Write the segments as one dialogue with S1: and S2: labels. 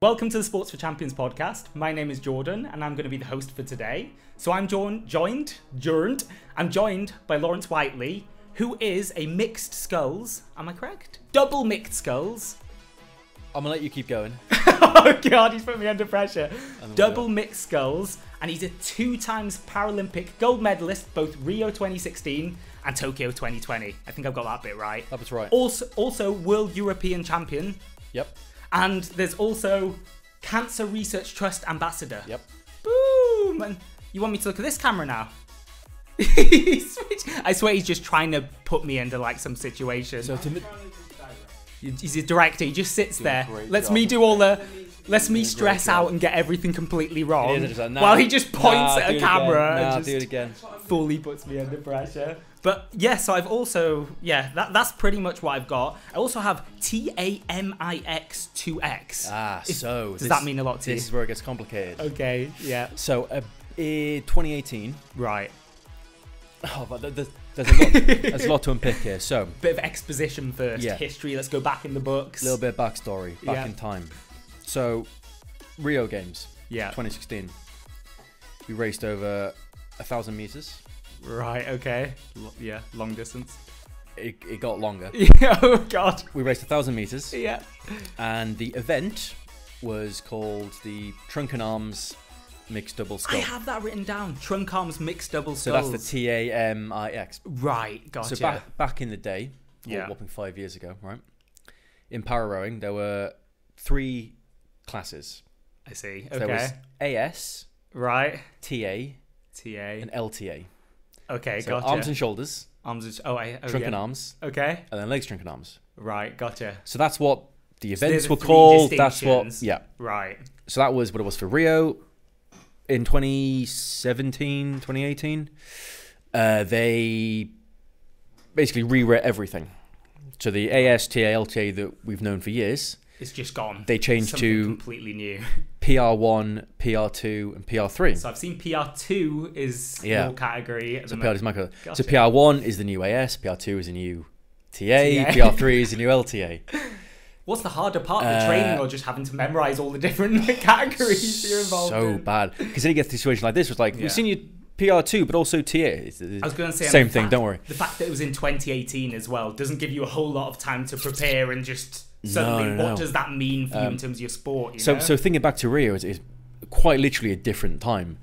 S1: Welcome to the Sports for Champions podcast. My name is Jordan, and I'm going to be the host for today. So I'm joined, joined, joined. I'm joined by Lawrence Whiteley, who is a mixed skulls. Am I correct? Double mixed skulls.
S2: I'm gonna let you keep going.
S1: oh god, he's put me under pressure. Double mixed skulls, and he's a two-times Paralympic gold medalist, both Rio 2016 and Tokyo 2020. I think I've got that bit right.
S2: That was right.
S1: Also, also world European champion,
S2: Yep.
S1: and there's also Cancer Research Trust ambassador.
S2: Yep.
S1: Boom! And you want me to look at this camera now? He's switch- I swear he's just trying to put me into like some situation.
S2: So to mi-
S1: He's a director. He just sits there.
S2: great
S1: Let's
S2: job.
S1: me do all the. Let's me
S2: doing a
S1: stress
S2: great job.
S1: out and get everything completely
S2: It
S1: wrong.
S2: is just like, nah,
S1: while he just points
S2: nah,
S1: at
S2: do
S1: a
S2: it
S1: camera
S2: Again. Nah,
S1: and
S2: do it
S1: just
S2: again.
S1: fully puts me under pressure. But yeah, so I've also yeah that, that's pretty much what I've got. I also have T A M I X two X.
S2: Ah,
S1: If-
S2: so
S1: does
S2: this-
S1: that mean Oh. a lot to you?
S2: This is where it gets complicated.
S1: Okay. Yeah.
S2: So, uh, eh, 2018.
S1: Right.
S2: Oh, but th- th- there's a lot. there's a lot to unpick here. So,
S1: Bit of exposition first.
S2: Yeah.
S1: History. Let's go back in the books.
S2: a little bit of backstory back
S1: Yeah.
S2: in time. So, Rio Games,
S1: Yeah.
S2: 2016. We raced over a thousand meters.
S1: Right. Okay. Lo- yeah. Long distance.
S2: It, it got longer.
S1: Yeah. Oh God.
S2: We raced a thousand meters,
S1: Yeah.
S2: and the event was called the Trunk and Arms Mixed Double
S1: I
S2: Skull.
S1: have that written down. Trunk arms mixed double
S2: So
S1: skulls.
S2: that's the T A M I X.
S1: right, gotcha.
S2: So back back in the day, or
S1: Oh, Yeah.
S2: whopping five years ago, right? In para rowing, there were three classes.
S1: I see.
S2: There
S1: Okay.
S2: was AS,
S1: Right.
S2: TA,
S1: TA.
S2: and LTA.
S1: Okay,
S2: So
S1: gotcha.
S2: arms and shoulders,
S1: Arms and sh- oh, I, oh
S2: trunk
S1: yeah.
S2: and arms,
S1: Okay.
S2: and then legs, trunk and arms.
S1: Right, gotcha.
S2: So that's what the
S1: they're
S2: events
S1: the
S2: were
S1: three
S2: called. That's what
S1: distinctions.
S2: yeah.
S1: Right.
S2: So that was what it was for Rio in 2017, 2018. Uh, they basically rewrote everything. So the ASTALTA that we've known for years,
S1: It's just gone.
S2: They changed
S1: Something
S2: to-
S1: completely new.
S2: PR1, PR2, and PR3.
S1: So I've seen PR two is
S2: Yeah.
S1: your category. At
S2: So
S1: the
S2: PR
S1: moment.
S2: is macro.
S1: Gotcha.
S2: So PR1 is the new AS, PR2 is the new
S1: TA.
S2: TA, PR3 is the new LTA.
S1: What's the harder part, the
S2: Uh,
S1: training or just having to memorize all the different categories you're involved
S2: So
S1: in?
S2: bad. Because then you get to a situation like this, was like,
S1: Yeah.
S2: we've seen you PR2, but also TA. It's-
S1: I was going to say
S2: Same
S1: and the
S2: thing,
S1: fact-
S2: don't worry.
S1: The fact that it was in 2018 as well doesn't give you a whole lot of time to prepare and just suddenly what
S2: no, no. Um,
S1: does that mean for you in terms of your sport? You
S2: So,
S1: know?
S2: so thinking back to Rio is, is quite literally a different time.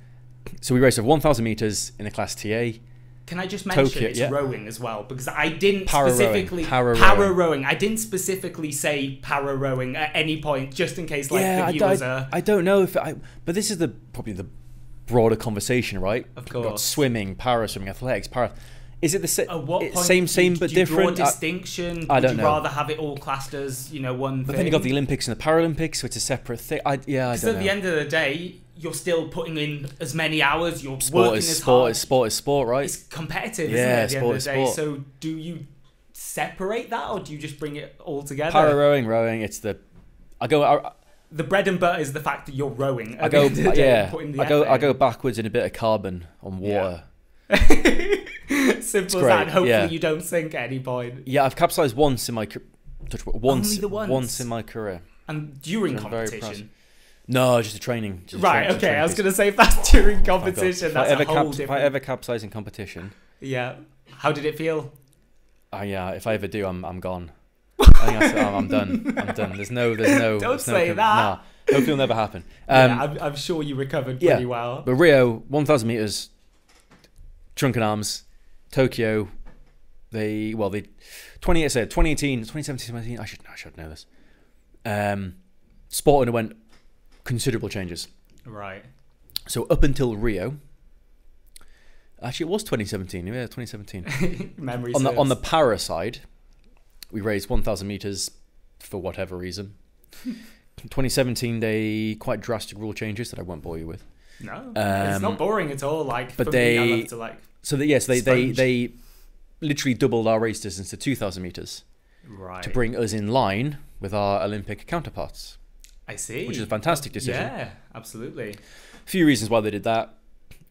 S2: So we raced over 1,000 meters in a class TA.
S1: Can I just mention
S2: Tokyo,
S1: it's
S2: yeah.
S1: rowing as well because I didn't
S2: Para rowing,
S1: specifically
S2: para
S1: para
S2: rowing.
S1: rowing. I didn't specifically say para rowing at any point just in case like
S2: yeah,
S1: the
S2: I,
S1: viewers
S2: I-
S1: are
S2: I don't know if I, but this is the probably the broader conversation, right?
S1: Of
S2: We've got
S1: course.
S2: swimming, para swimming, athletics, para. Is it the sa-
S1: at what
S2: it's
S1: point
S2: same,
S1: do
S2: same
S1: you,
S2: but
S1: do you
S2: different?
S1: Draw a
S2: I-
S1: distinction.
S2: I
S1: Would
S2: don't
S1: you
S2: know.
S1: rather have it all classed as you know one
S2: but
S1: thing?
S2: then you got the Olympics and the Paralympics, which is a separate thing. I, yeah, I
S1: because at
S2: don't know.
S1: the end of the day, you're still putting in as many hours. You're
S2: sport
S1: working
S2: is
S1: as
S2: sport
S1: hard.
S2: is sport is sport, right?
S1: it's competitive,
S2: Yeah,
S1: isn't it? At the end
S2: sport
S1: of
S2: is
S1: the day,
S2: sport.
S1: so do you separate that or do you just bring it all together?
S2: para rowing, rowing. It's the I go I,
S1: the bread and butter is the fact that you're rowing. at
S2: I
S1: the
S2: go
S1: end of the day,
S2: yeah
S1: putting the
S2: I go
S1: effort
S2: I
S1: in.
S2: go backwards in a bit of carbon on
S1: Yeah.
S2: water.
S1: Simple as
S2: great,
S1: that. and Hopefully,
S2: yeah.
S1: you don't sink at any point.
S2: Yeah, I've capsized once in my ca- touch wood, once,
S1: Only the once?
S2: once in my career.
S1: And during
S2: I'm very
S1: competition,
S2: No, just a training. Just a
S1: right?
S2: train- just a
S1: okay,
S2: training
S1: I was
S2: piece.
S1: gonna say if that's during
S2: Oh my God.
S1: competition,
S2: If I
S1: that's
S2: ever
S1: a whole
S2: caps- If
S1: different.
S2: I ever capsize in competition,
S1: Yeah. How did it feel?
S2: uh, yeah, if I ever do, I'm I'm gone. I think that's, I'm, I'm done. I'm done. There's no, there's no.
S1: Don't
S2: there's no
S1: say
S2: com-
S1: that.
S2: Nah, hopefully it'll never happen. Um,
S1: yeah, I'm, I'm sure you recovered
S2: yeah.
S1: pretty well.
S2: But Rio, 1,000 meters, Trunken Arms, Tokyo, they, well, they, 20, so 2018, 2017, 2018, I should, I should know this. Um, sport underwent considerable changes.
S1: Right.
S2: So up until Rio, actually it was 2017, yeah, 2017.
S1: Memory
S2: on the, on the
S1: serves.
S2: para side, we raised 1,000 meters for whatever reason. 2017, they quite drastic rule changes that I won't bore you with.
S1: no, it's
S2: um,
S1: not boring at all. Like,
S2: but
S1: for me, I
S2: they-
S1: love to like
S2: So that yes, they, they
S1: Sponge.
S2: they literally doubled our race distance to two thousand meters
S1: right.
S2: to bring us in line with our Olympic counterparts,
S1: I see.
S2: which is a fantastic decision.
S1: Yeah, absolutely.
S2: Few reasons why they did that.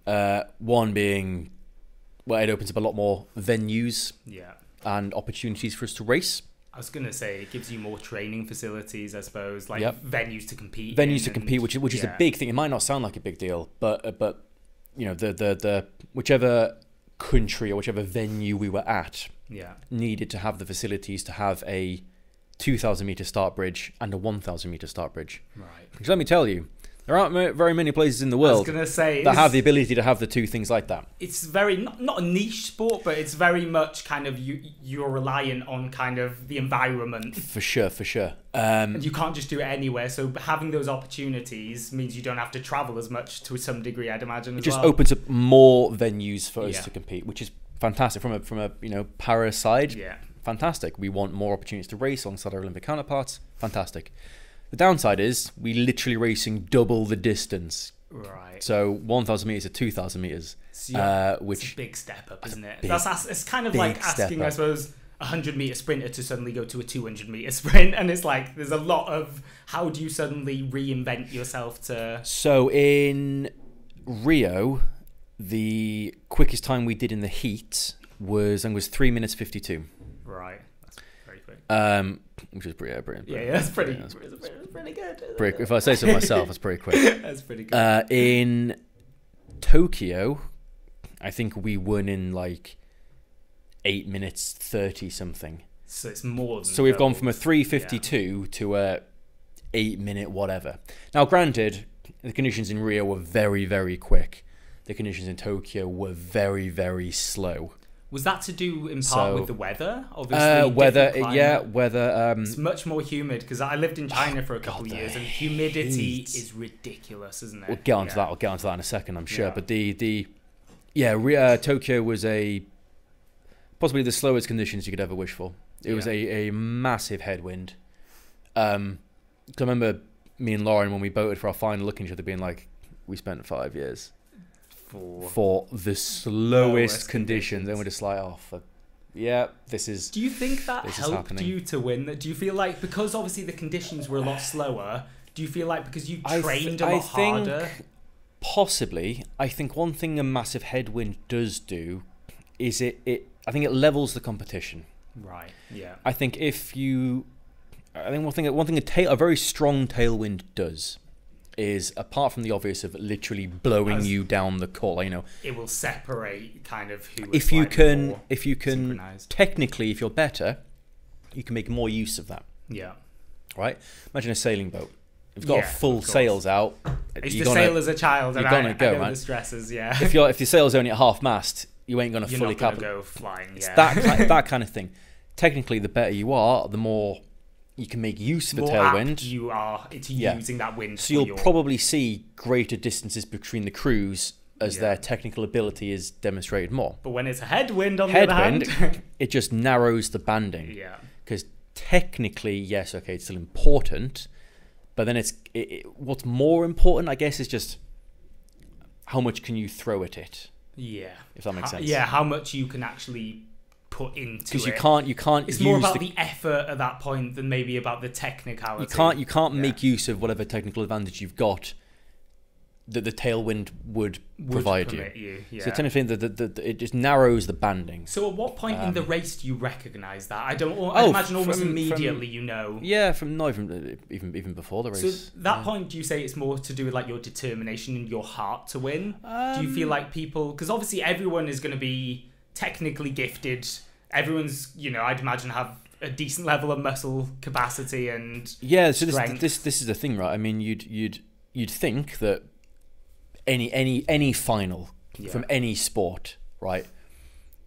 S2: Uh, one being, well, it opens up a lot more venues
S1: Yeah,
S2: and opportunities for us to race.
S1: I was gonna say it gives you more training facilities, I suppose, like
S2: Yep.
S1: venues to compete.
S2: Venues
S1: in
S2: to
S1: and-
S2: compete, which is which is
S1: yeah.
S2: a big thing. It might not sound like a big deal, but uh, but you know the the the whichever country or whichever venue we were at
S1: Yeah,
S2: needed to have the facilities to have a 2,000 meter start bridge and a 1,000 meter start bridge.
S1: right.
S2: Because let me tell you, there aren't mo- very many places in the
S1: I was
S2: world
S1: gonna say
S2: that
S1: it's,
S2: have the ability to have the two things like that.
S1: it's very not, not a niche sport, but it's very much kind of you you're reliant on kind of the environment.
S2: For sure, for sure. Um,
S1: You can't just do it anywhere, so having those opportunities means you don't have to travel as much to some degree, I'd imagine.
S2: it
S1: as
S2: just
S1: well.
S2: opens up more venues for us
S1: Yeah.
S2: to compete, which is fantastic from a from a you know para side.
S1: Yeah,
S2: Fantastic. We want more opportunities to race alongside our Olympic counterparts. Fantastic. The downside is we literally racing double the distance.
S1: right.
S2: So 1,000 meters to 2,000 meters,
S1: So yeah,
S2: uh,
S1: it's
S2: which
S1: a big step up, isn't it?
S2: big-
S1: That's that's it's kind of
S2: big
S1: like
S2: step
S1: asking, I
S2: up.
S1: suppose, a hundred meter sprinter to suddenly go to a two hundred meter sprint, and it's like there's a lot of how do you suddenly reinvent yourself to
S2: So in Rio, the quickest time we did in the heat was and was three minutes fifty two,
S1: right? That's very quick.
S2: um, which is pretty, yeah, pretty,
S1: Yeah, yeah that's pretty.
S2: yeah,
S1: that's pretty, pretty good. isn't
S2: pretty-
S1: it?
S2: If I say so myself, it's pretty quick.
S1: that's pretty good.
S2: Uh, in Tokyo, I think we won in like eight minutes thirty something.
S1: so it's more than.
S2: So we've gone
S1: double.
S2: from a 352 to a 8 minute whatever. Now granted, the conditions in Rio were very very quick. The conditions in Tokyo were very very slow.
S1: Was that to do in part
S2: So-
S1: with the weather? Obviously,
S2: Uh, weather
S1: different
S2: yeah,
S1: climate.
S2: weather um
S1: It's much more humid because I lived in China for a couple of
S2: Oh, the
S1: years, and humidity
S2: heat.
S1: is ridiculous, isn't it?
S2: we'll get onto
S1: Yeah.
S2: that. We'll get onto that in a second, I'm sure.
S1: Yeah.
S2: But the the yeah, Ri- uh, Tokyo was a possibly the slowest conditions you could ever wish for. It was
S1: Yeah.
S2: a, a massive headwind. Um, 'cause I remember me and Lauren when we boated for our final, looking at each other, being like, "We spent five years
S1: For-
S2: for the slowest
S1: Lowest
S2: conditions,"
S1: conditions.
S2: and we're just like, "Oh, for, yeah, this is."
S1: Do you think that
S2: This is
S1: helped
S2: happening.
S1: you to win? Do you feel like because obviously the conditions were a lot slower? Do you feel like because you
S2: I th-
S1: trained
S2: I
S1: a lot
S2: think-
S1: harder?
S2: Possibly, I think one thing a massive headwind does do is it, it I think it levels the competition.
S1: Right. Yeah.
S2: I think if you, I think one thing, one thing a tail, a very strong tailwind does, is apart from the obvious of literally blowing
S1: As-
S2: you down the call. You know,
S1: It will separate kind of who. was
S2: if you
S1: slightly
S2: can,
S1: more
S2: if you can,
S1: synchronized.
S2: technically, if you're better, you can make more use of that.
S1: Yeah.
S2: Right? Imagine a sailing boat. If you've got
S1: Yeah,
S2: full
S1: of course.
S2: sails out.
S1: It's
S2: you're
S1: the
S2: gonna-
S1: sail as a child, and
S2: you're
S1: I,
S2: gonna
S1: I
S2: go,
S1: know
S2: man.
S1: the stresses. Yeah.
S2: if your if your sail's only at half mast, you ain't gonna
S1: You're
S2: fully
S1: not gonna
S2: cap.
S1: go flying.
S2: It's
S1: Yeah.
S2: that ki- that kind of thing. Technically, the better you are, the more you can make use of the
S1: More apt
S2: tailwind.
S1: You are. It's
S2: Yeah.
S1: using that wind.
S2: So
S1: for
S2: you'll
S1: your-
S2: probably see greater distances between the crews as
S1: Yeah.
S2: their technical ability is demonstrated more.
S1: But when it's a headwind on
S2: Headwind,
S1: the other hand.
S2: it just narrows the banding
S1: yeah.
S2: because technically, yes, okay, it's still important, but then it's it, it, what's more important, I guess, is just how much can you throw at it,
S1: Yeah.
S2: if that makes
S1: How-
S2: sense.
S1: Yeah. How much you can actually put into
S2: because you
S1: it.
S2: can't you can't
S1: It's
S2: use
S1: more about
S2: the,
S1: the, effort at that point than maybe about the technicality.
S2: you can't you can't
S1: Yeah.
S2: make use of whatever technical advantage you've got that the tailwind would,
S1: would
S2: provide you.
S1: permit yeah.
S2: So
S1: So,
S2: technically, the, the, the, it just narrows the banding.
S1: at what point in the race do you recognise that? I don't. I
S2: Um, Oh,
S1: imagine almost
S2: from-
S1: immediately you know.
S2: Yeah, from not even uh, even even before the race.
S1: So at that point, do you say it's more to do with like your determination and your heart to win?
S2: Uh,
S1: do you feel
S2: Um,
S1: like people? Because obviously everyone is going to be technically gifted. Everyone's, you know, I'd imagine have a decent level of muscle capacity and
S2: yeah, so this,
S1: strength.
S2: this this is the thing, right? I mean, you'd you'd you'd think that any any any final
S1: Yeah.
S2: from any sport, right?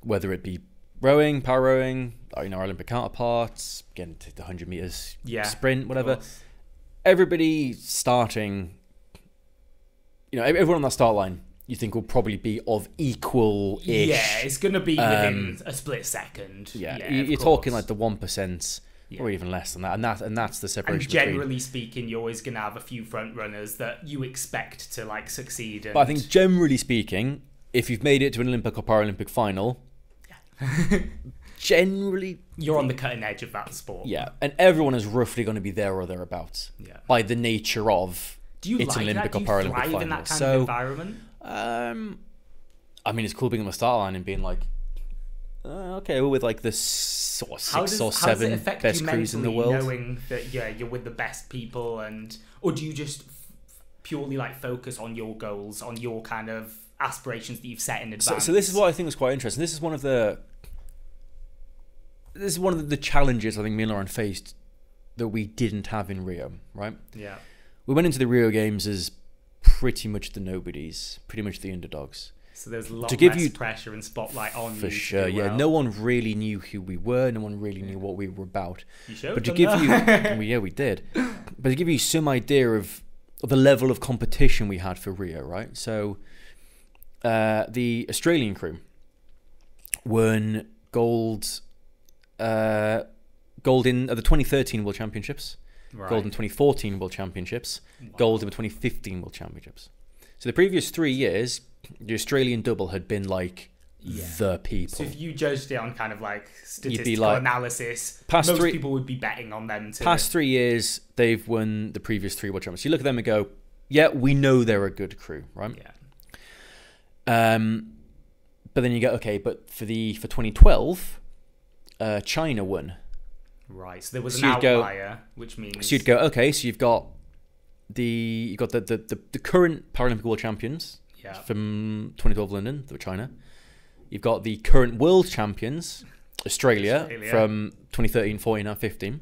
S2: Whether it be rowing, power rowing, or, you know, our Olympic counterparts, again, t- the hundred meters
S1: Yeah,
S2: sprint, whatever.
S1: course.
S2: Everybody starting, you know, ev- everyone on that start line, you think will probably be of equal ish.
S1: Yeah, it's going to be within
S2: Um,
S1: a split second.
S2: Yeah,
S1: yeah
S2: you-
S1: of
S2: you're talking
S1: course.
S2: like the one percent, or even less than that, and that and that's the
S1: And
S2: separation between.
S1: generally speaking, you're always going to have a few front runners that you expect to like succeed. And
S2: But I think generally speaking, if you've made it to an Olympic or Paralympic final, generally,
S1: you're on the cutting edge of that sport.
S2: yeah, and everyone is roughly going to be there or thereabouts
S1: Yeah.
S2: by the nature of
S1: Do you
S2: it's
S1: like
S2: an Olympic
S1: that?
S2: or
S1: Do you
S2: Paralympic
S1: thrive
S2: final.
S1: in that kind
S2: so,
S1: of environment?
S2: um, I mean, it's cool being on the start line and being like, Uh, okay, we're with like the s- what,
S1: How
S2: six
S1: does-
S2: or
S1: how does it
S2: seven
S1: affect
S2: best
S1: you
S2: crews in the
S1: mentally,
S2: world.
S1: Knowing that yeah, you're with the best people, and or do you just f- purely like focus on your goals, on your kind of aspirations that you've set in
S2: So,
S1: advance?
S2: so this is what I think was quite interesting. This is one of the this is one of the challenges I think me and Lauren faced that we didn't have in Rio. Right,
S1: Yeah.
S2: we went into the Rio games as pretty much the nobodies, pretty much the underdogs.
S1: So there's a lot
S2: To give
S1: less
S2: you-
S1: pressure and spotlight on
S2: For
S1: you to
S2: sure,
S1: do
S2: yeah.
S1: well.
S2: No one really knew who we were. No one really knew what we were about.
S1: You showed
S2: But to
S1: them
S2: give
S1: that.
S2: you, well, yeah, we did. But to give you some idea of, of the level of competition we had for Rio, right? So, uh, the Australian crew won gold, uh, gold in uh, the 2013 World Championships,
S1: right.
S2: gold in 2014 World Championships,
S1: Wow.
S2: gold in the 2015 World Championships. So the previous three years, the Australian double had been like
S1: Yeah.
S2: the people.
S1: So if you judged it on kind of like statistical
S2: like-
S1: analysis,
S2: Past
S1: most
S2: three-
S1: people would be betting on them to
S2: past three years, they've won the previous three world championships. You look at them and go, yeah, we know they're a good crew, right?
S1: Yeah.
S2: Um, but then you go, okay, but for the for 2012, uh, China won.
S1: Right. So there was
S2: So
S1: an
S2: you'd go-
S1: outlier, which means
S2: So you'd go, okay, so you've got the you've got the the, the, the current Paralympic world champions
S1: yeah.
S2: from 2012 London, the China. You've got the current world champions, Australia,
S1: Australia.
S2: from 2013, 14, and 15.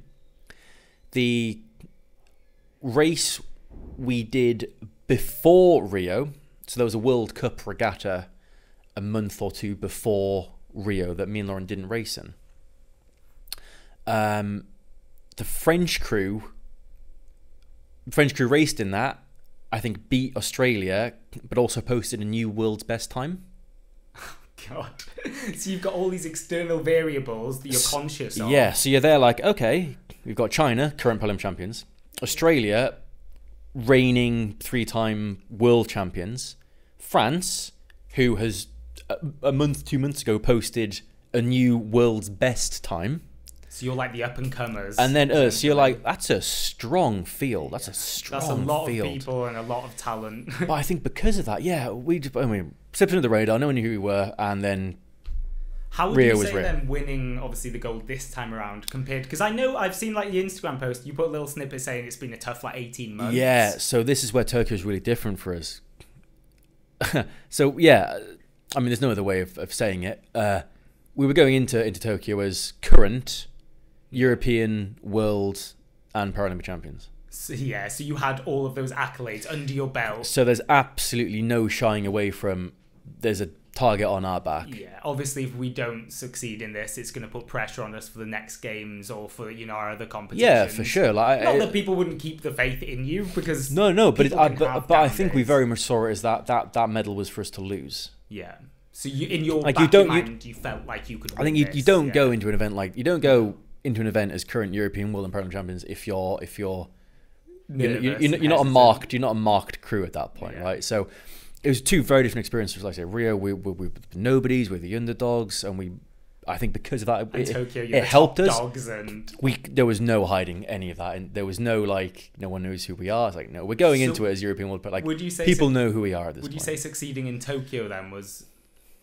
S2: The race we did before Rio, so there was a World Cup regatta a month or two before Rio that me and Lauren didn't race in. Um, the French crew, French crew raced in that. I think beat Australia, but also posted a new world's best time.
S1: God. so you've got all these external variables that you're
S2: S-
S1: conscious of.
S2: Yeah, so you're there like, okay, we've got China, current Paralympic champions, Australia, reigning three-time world champions, France, who has a, a month, two months ago posted a new world's best time,
S1: So you're like the up and comers.
S2: and then us. So you're like, that's a strong field. That's a strong
S1: that's a lot
S2: field.
S1: of people and a lot of talent.
S2: But I think because of that, yeah, we just, I mean, slipped under the radar, no one knew who we were, and then
S1: How would
S2: Rio
S1: you
S2: was
S1: say
S2: Rio.
S1: them winning obviously the gold this time around compared? Because I know I've seen like the Instagram post. You put a little snippet saying it's been a tough like eighteen months.
S2: Yeah, so this is where Tokyo is really different for us. so yeah, I mean, there's no other way of, of saying it. Uh, we were going into into Tokyo as current European, world, and Paralympic champions.
S1: So, yeah. So you had all of those accolades under your belt.
S2: So there's absolutely no shying away from. There's a target on our back.
S1: Yeah. Obviously, if we don't succeed in this, it's going to put pressure on us for the next games or for you know our other competitions.
S2: Yeah, for sure. Like,
S1: Not
S2: I-
S1: that people wouldn't keep the faith in you because
S2: no, no, but it,
S1: people
S2: I,
S1: can have
S2: but, but I
S1: down
S2: think we
S1: days.
S2: very much saw it as that that that medal was for us to lose.
S1: yeah. So you in your like
S2: Like, you
S1: you
S2: don't- you-
S1: mind you, felt like you could.
S2: I
S1: win
S2: think you, you
S1: this,
S2: don't
S1: yeah.
S2: go into an event like you don't go into an event as current European, world, and Paralympic champions if you're if you're you're,
S1: Nervous
S2: you're,
S1: and
S2: you're not- you're not a
S1: hesitant.
S2: marked you're not a marked crew at that point,
S1: Yeah.
S2: right? So it was two very different experiences. Like I say, Rio, we we we were the nobodies, we were the underdogs, and we I think because of that,
S1: And
S2: it,
S1: Tokyo, you're
S2: it
S1: the
S2: helped
S1: top
S2: us.
S1: Dogs and
S2: We there was no hiding any of that, and there was no like no one knows who we are. It's like no, we're going
S1: So
S2: into it as European world, but like
S1: would you say
S2: people know who we are at this
S1: Would you
S2: point.
S1: say succeeding in Tokyo then was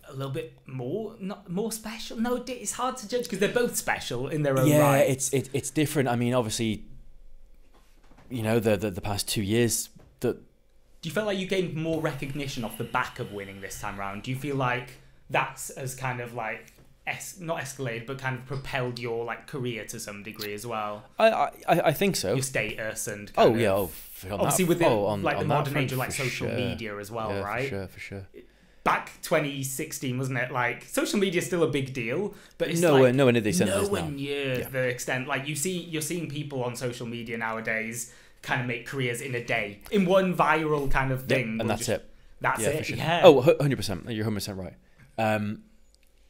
S1: a little bit more not more special? No, it- it's hard to judge because they're both special in their own
S2: yeah,
S1: right.
S2: it's it, it's different. I mean, obviously, you know the the, the past two years that
S1: Do you feel like you gained more recognition off the back of winning this time round? Do you feel like that's as kind of like es- not escalated, but kind of propelled your like career to some degree as well,
S2: I I, I I think so.
S1: your status and kind
S2: Oh
S1: of-
S2: yeah, oh, f- on
S1: Obviously,
S2: that,
S1: with the,
S2: oh, on,
S1: like the
S2: on that
S1: modern
S2: front,
S1: age of like
S2: for
S1: social
S2: sure.
S1: media as well,
S2: yeah,
S1: right?
S2: For sure, for sure.
S1: Back 2016, wasn't it? Like social media is still a big deal, but it's
S2: no,
S1: like,
S2: one, no one did they send
S1: no
S2: this now.
S1: one knew
S2: Yeah.
S1: the extent. Like you see, you're seeing people on social media nowadays kind of make careers in a day in one viral kind of
S2: Yeah,
S1: thing,
S2: and
S1: will
S2: that's
S1: just-
S2: it.
S1: That's
S2: yeah,
S1: it.
S2: for sure.
S1: Yeah.
S2: Oh, 100 percent. You're 100 percent right. Um,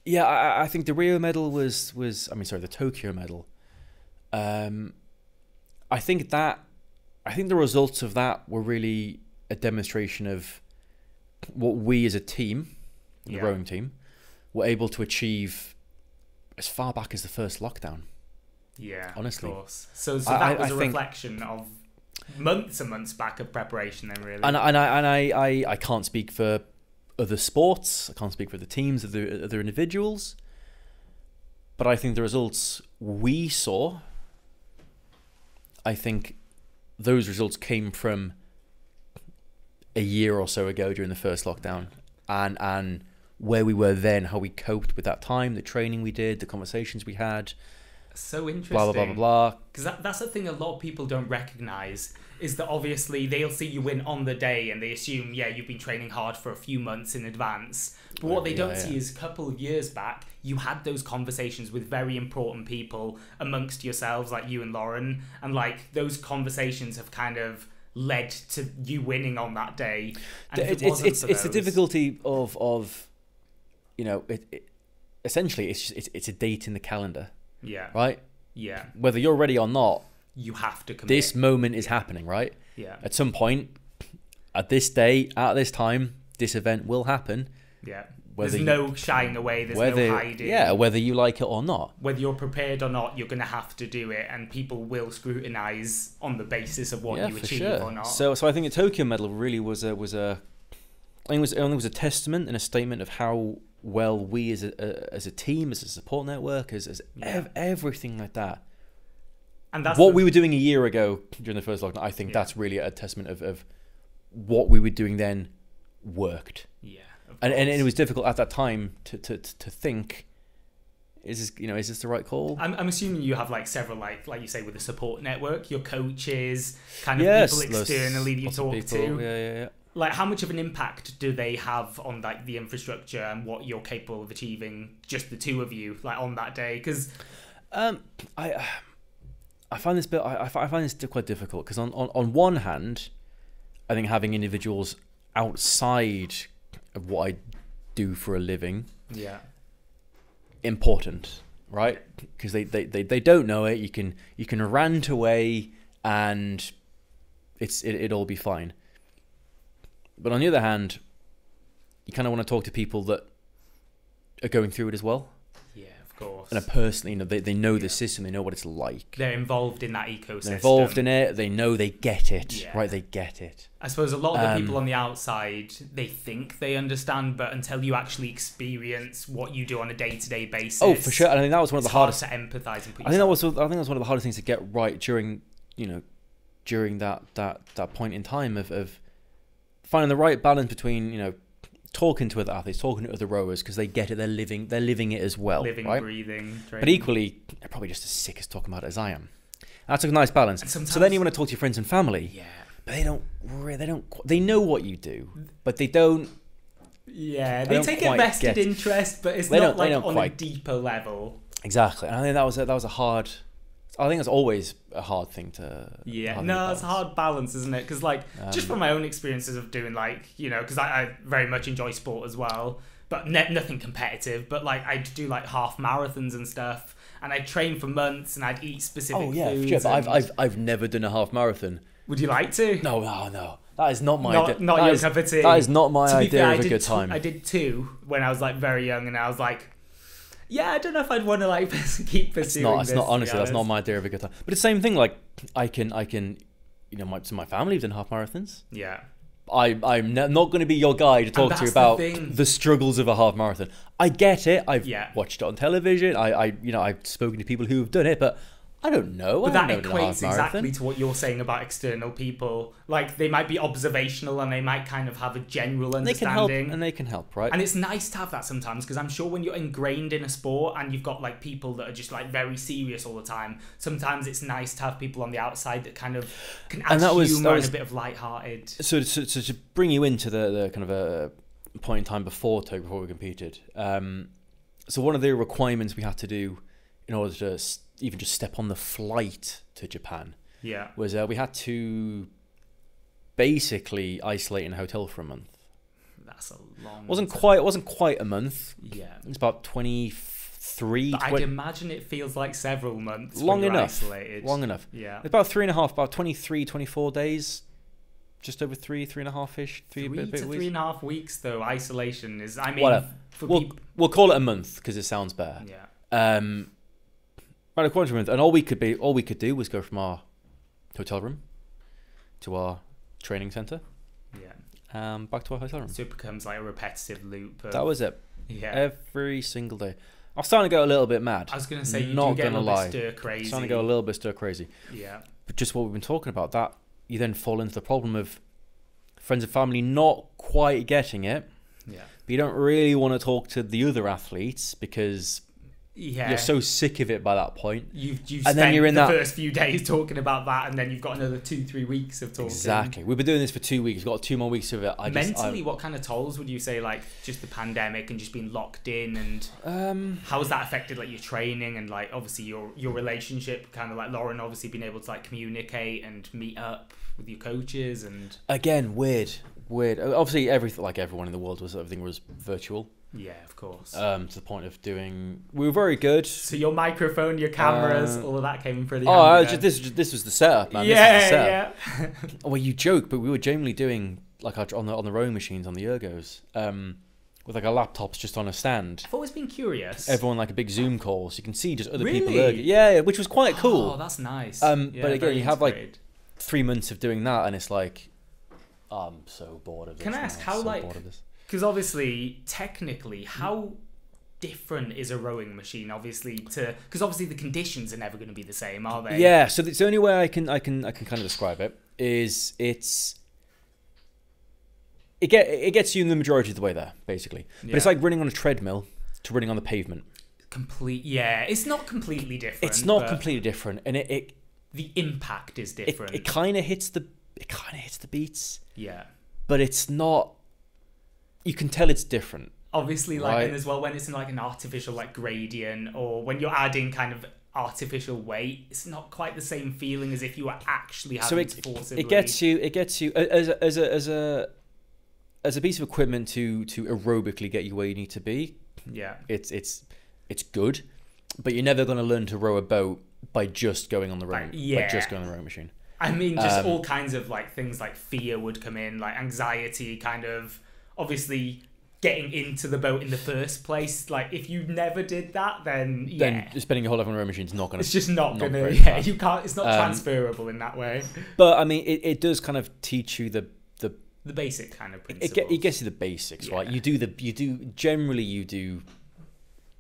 S2: yeah, I, I- I think the Rio medal was was. I mean, sorry, the Tokyo medal. Um, I think that, I think the results of that were really a demonstration of what we as a team, the
S1: Yeah.
S2: rowing team, were able to achieve as far back as the first lockdown.
S1: yeah.
S2: honestly.
S1: of course. So, so
S2: I-
S1: that
S2: I-
S1: was
S2: I
S1: a
S2: think-
S1: reflection of months and months back of preparation. Then really.
S2: and and I and I, I, I can't speak for other sports. I can't speak for the teams of the other individuals. But I think the results we saw, I think those results came from a year or so ago during the first lockdown and and where we were then, how we coped with that time, the training we did, the conversations we had,
S1: So interesting.
S2: blah blah blah blah blah.
S1: Because that, that's the thing a lot of people don't recognize is that obviously they'll see you win on the day and they assume, yeah, you've been training hard for a few months in advance. But what they
S2: Yeah,
S1: don't
S2: yeah.
S1: see is a couple of years back, you had those conversations with very important people amongst yourselves, like you and Lauren. And like those conversations have kind of led to you winning on that day. And if it
S2: It- it's
S1: wasn't
S2: it's,
S1: for
S2: it's the
S1: those-
S2: difficulty of of you know it, it essentially it's just it's, it's a date in the calendar
S1: Yeah.
S2: right
S1: Yeah.
S2: whether you're ready or not
S1: You have to commit.
S2: this moment is happening right
S1: Yeah.
S2: at some point at this day at this time this event will happen
S1: Yeah.
S2: whether
S1: There's
S2: you-
S1: no shying away. There's
S2: whether
S1: no hiding.
S2: yeah whether you like it or not
S1: whether you're prepared or not, you're going to have to do it, and people will scrutinize on the basis of what
S2: yeah
S1: you
S2: for
S1: achieve
S2: sure
S1: or not.
S2: so so I think the Tokyo medal really was a was a I think it was I think it was a testament and a statement of how well we as a, a as a team as a support network as as ev- everything like that
S1: and that's
S2: what
S1: the-
S2: we were doing a year ago during the first lockdown, I think
S1: Yeah.
S2: that's really a testament of, of what we were doing then worked.
S1: yeah, of
S2: And, and it
S1: course.
S2: was difficult at that time to, to, to think, is this, you know, is this the right call?
S1: I'm, I'm assuming you have like several like like you say with the support network, your coaches, kind of people
S2: there's
S1: externally that you
S2: lots of
S1: talk
S2: people,
S1: to.
S2: Yeah, yeah, yeah.
S1: Like, how much of an impact do they have on like the infrastructure and what you're capable of achieving? Just the two of you, like on that day, because
S2: Um, I uh, I find this bit I, I fi- I find this di- quite difficult because on, on on one hand, I think having individuals outside of what I do for a living
S1: yeah,
S2: important, right? Because they, they, they, they don't know it. You can you can rant away and it's it, it'll be fine. But on the other hand, you kind of want to talk to people that are going through it as well,
S1: yeah, of course,
S2: and are personally, you know, they, they know
S1: Yeah.
S2: the system, they know what it's like.
S1: they're involved in that ecosystem.
S2: They're involved in it. They know they get it,
S1: Yeah.
S2: right? They get it.
S1: I suppose a lot of the
S2: Um,
S1: people on the outside they think they understand, but until you actually experience what you do on a day to day basis,
S2: oh, for sure. And I think that was one of
S1: it's
S2: the hardest.
S1: hard to empathise and put.
S2: I think that was. I think that was one of the hardest things to get right during, you know, during that that that point in time of of finding the right balance between you know talking to other athletes, talking to other rowers because they get it, they're living, they're living it as well,
S1: living,
S2: right?
S1: breathing.
S2: But equally, they're probably just as sick as talking about it as I am. That's a nice balance.
S1: And
S2: So then
S1: sometimes-
S2: you want to talk to your friends and family,
S1: yeah,
S2: but they don't. re- They don't. qu- They know what you do, but they don't.
S1: yeah,
S2: I
S1: they
S2: don't
S1: take a
S2: quite
S1: vested
S2: get-
S1: interest, but it's
S2: They
S1: not
S2: don't- they
S1: like
S2: don't
S1: on a
S2: quite-
S1: deeper level.
S2: Exactly. And I think that was a, that was a hard. I think it's always a hard thing to.
S1: Yeah,
S2: hard thing to
S1: no, it's
S2: balance.
S1: a hard balance, isn't it? Because like just
S2: Um,
S1: from my own experiences of doing like you know, because I, I very much enjoy sport as well, but ne- nothing competitive. But like I'd do like half marathons and stuff. And I'd train for months and I'd eat specific
S2: Oh yeah, for
S1: foods.
S2: sure. But I've,
S1: and-
S2: I've I've never done a half marathon.
S1: Would you like to?
S2: No, no, no. That is not my
S1: Not-
S2: idea.
S1: not
S2: that
S1: your
S2: is-
S1: cup of tea.
S2: That is not my
S1: To be
S2: idea
S1: fair, I
S2: of a
S1: did
S2: good
S1: tw-
S2: time.
S1: I did two when I was like very young, and I was like, yeah, I don't know if I'd want to like keep pursuing
S2: it's not. It's
S1: this,
S2: not.
S1: to be
S2: Honestly, that's not
S1: honest.
S2: my idea of a good time. But it's the same thing. Like I can, I can, you know, my so my family have done half marathons.
S1: Yeah,
S2: I I'm ne- not going to be your guy to talk to you
S1: that's the
S2: about
S1: thing.
S2: struggles of a half marathon. I get it. I've
S1: Yeah.
S2: watched it on television. I, I you know I've spoken to people who have done it, but I don't know.
S1: but
S2: I
S1: that
S2: haven't done a half
S1: equates exactly
S2: marathon.
S1: to what you're saying about external people. Like they might be observational, and they might kind of have a general
S2: And they can help.
S1: understanding.
S2: And they can help, right?
S1: And it's nice to have that sometimes because I'm sure when you're ingrained in a sport and you've got like people that are just like very serious all the time, sometimes it's nice to have people on the outside that kind of can add
S2: And that was-
S1: humor
S2: that
S1: and
S2: was-
S1: a bit of lighthearted.
S2: so, so, so to bring you into the, the kind of a point in time before Togo, before we competed, um, so one of the requirements we had to do in order to s- even just step on the flight to Japan
S1: Yeah.
S2: was uh, we had to basically isolate in a hotel for a month.
S1: That's a long.
S2: wasn't
S1: time.
S2: quite wasn't quite a month.
S1: Yeah.
S2: It's about twenty three.
S1: But I'd imagine it feels like several months. when
S2: Long
S1: you're
S2: enough.
S1: Isolated.
S2: long enough.
S1: Yeah.
S2: It's about three and a half, about 23, 24 days, just over three, three and a half ish, three,
S1: Three,
S2: a bit,
S1: to
S2: bit weeks.
S1: three and a half weeks though. Isolation is. I mean,
S2: Whatever.
S1: for
S2: We'll, uh,
S1: people.
S2: we'll call it a month because it sounds better.
S1: Yeah.
S2: um around a quarter of a month, and all we could be all we could do was go from our hotel room to our training center
S1: Yeah.
S2: um back to our hotel room
S1: So it becomes like a repetitive loop. Of,
S2: that was it
S1: yeah.
S2: every single day I'm starting to go a little bit mad.
S1: I was going to say, you
S2: Not
S1: do get a
S2: gonna
S1: little
S2: lie.
S1: bit stir
S2: I'm
S1: crazy.
S2: starting to go a little bit stir crazy.
S1: yeah.
S2: But just what we've been talking about, that you then fall into the problem of friends and family not quite getting it,
S1: Yeah.
S2: but you don't really want to talk to the other athletes because
S1: Yeah.
S2: you're so sick of it by that point.
S1: You've, you've
S2: And then
S1: spent
S2: you're in
S1: the
S2: that-
S1: first few days talking about that, and then you've got another two, three weeks of talking.
S2: Exactly. We've been doing this for two weeks. We've got two more weeks of it. I just,
S1: Mentally, what kind of tolls would you say, like just the pandemic and just being locked in, and
S2: I, um,
S1: how has that affected like your training and like obviously your your relationship, kind of like Lauren, obviously being able to like communicate and meet up with your coaches and
S2: again, weird, weird. Obviously, everything like everyone in the world was everything was virtual.
S1: yeah, of course.
S2: Um, to the point of doing, we were very good.
S1: so your microphone, your cameras,
S2: Uh,
S1: all of that came in pretty.
S2: Oh,
S1: handy
S2: I was
S1: then.
S2: just, this was- this was the setup, man. this was the setup.
S1: eh? yeah, yeah.
S2: Well, you joke, but we were generally doing like our, on the on the rowing machines on the ergos, um, with like our laptops just on a stand.
S1: I've always been curious.
S2: Everyone like a big Zoom call, so you can see just other people.
S1: Really?
S2: ergo- Yeah, yeah, which was quite cool.
S1: Oh, that's nice.
S2: Um, but again,
S1: very
S2: you have, like,
S1: integrated.
S2: Three months of doing that, and it's like, I'm so bored of this.
S1: Can I
S2: now,
S1: ask how,
S2: so
S1: like-
S2: bored of this.
S1: Because obviously, technically, how different is a rowing machine? Obviously, to because obviously the conditions are never going to be the same, are they?
S2: Yeah, so it's the only way I can I can I can kind of describe it is it's it get it gets you the majority of the way there basically, but it's
S1: Yeah.
S2: like running on a treadmill to running on the pavement.
S1: Complete. Yeah, it's not completely different.
S2: It's not
S1: but
S2: completely different, and it it
S1: The impact is
S2: it,
S1: different.
S2: it kind of hits the it kind of hits the beats,
S1: yeah.
S2: but it's not. You can tell it's different.
S1: Obviously, like
S2: Right.
S1: and as well when it's in like an artificial like gradient or when you're adding kind of artificial weight, it's not quite the same feeling as if you were actually having
S2: so
S1: to
S2: it
S1: forcibly.
S2: it gets you it gets you a- as a, as a as a as a piece of equipment to to aerobically get you where you need to be.
S1: Yeah.
S2: It's it's it's good, but you're never going to learn to row a boat by just going on the rowing by
S1: yeah.
S2: just going on the rowing machine.
S1: I mean, just
S2: Um,
S1: all kinds of like things like fear would come in, like anxiety, kind of obviously getting into the boat in the first place. Like if you never did that, then yeah,
S2: Then spending your whole life on a rowing machine is not going
S1: it's
S2: to.
S1: just not,
S2: not
S1: gonna.
S2: very
S1: Yeah,
S2: fast.
S1: you can't. It's not
S2: Um,
S1: transferable in that way.
S2: But I mean, it, it does kind of teach you the the
S1: The basic kind of principle.
S2: it, get, it gets you the basics, right?
S1: Yeah.
S2: You do the you do generally you do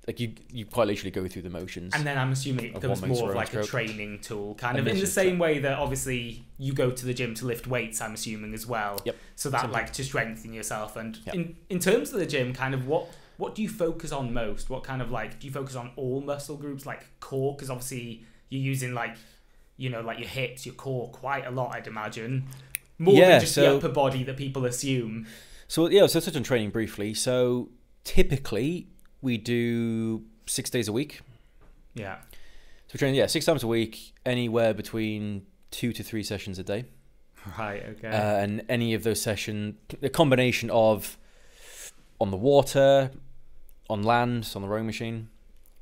S2: like you you quite literally go through the motions.
S1: and then I'm assuming it
S2: Of
S1: becomes
S2: one makes
S1: more
S2: your
S1: of
S2: own
S1: like
S2: stroke.
S1: a training tool, kind
S2: A
S1: of in the
S2: mission
S1: same way that obviously you go to the gym to lift weights. I'm assuming as well.
S2: Yep.
S1: So that
S2: Same
S1: like to strengthen yourself. And
S2: Yep.
S1: in in terms of the gym, kind of what what do you focus on most? What kind of like do you focus on all muscle groups like core? Because obviously you're using like you know like your hips, your core quite a lot. I'd imagine more
S2: Yeah,
S1: than just
S2: so-
S1: the upper body that people assume.
S2: so yeah, so touch on training briefly. So typically we do six days a week.
S1: Yeah.
S2: So we train yeah six times a week, anywhere between two to three sessions a day,
S1: Right. Okay.
S2: uh, and any of those session a combination of on the water, on land, on the rowing machine,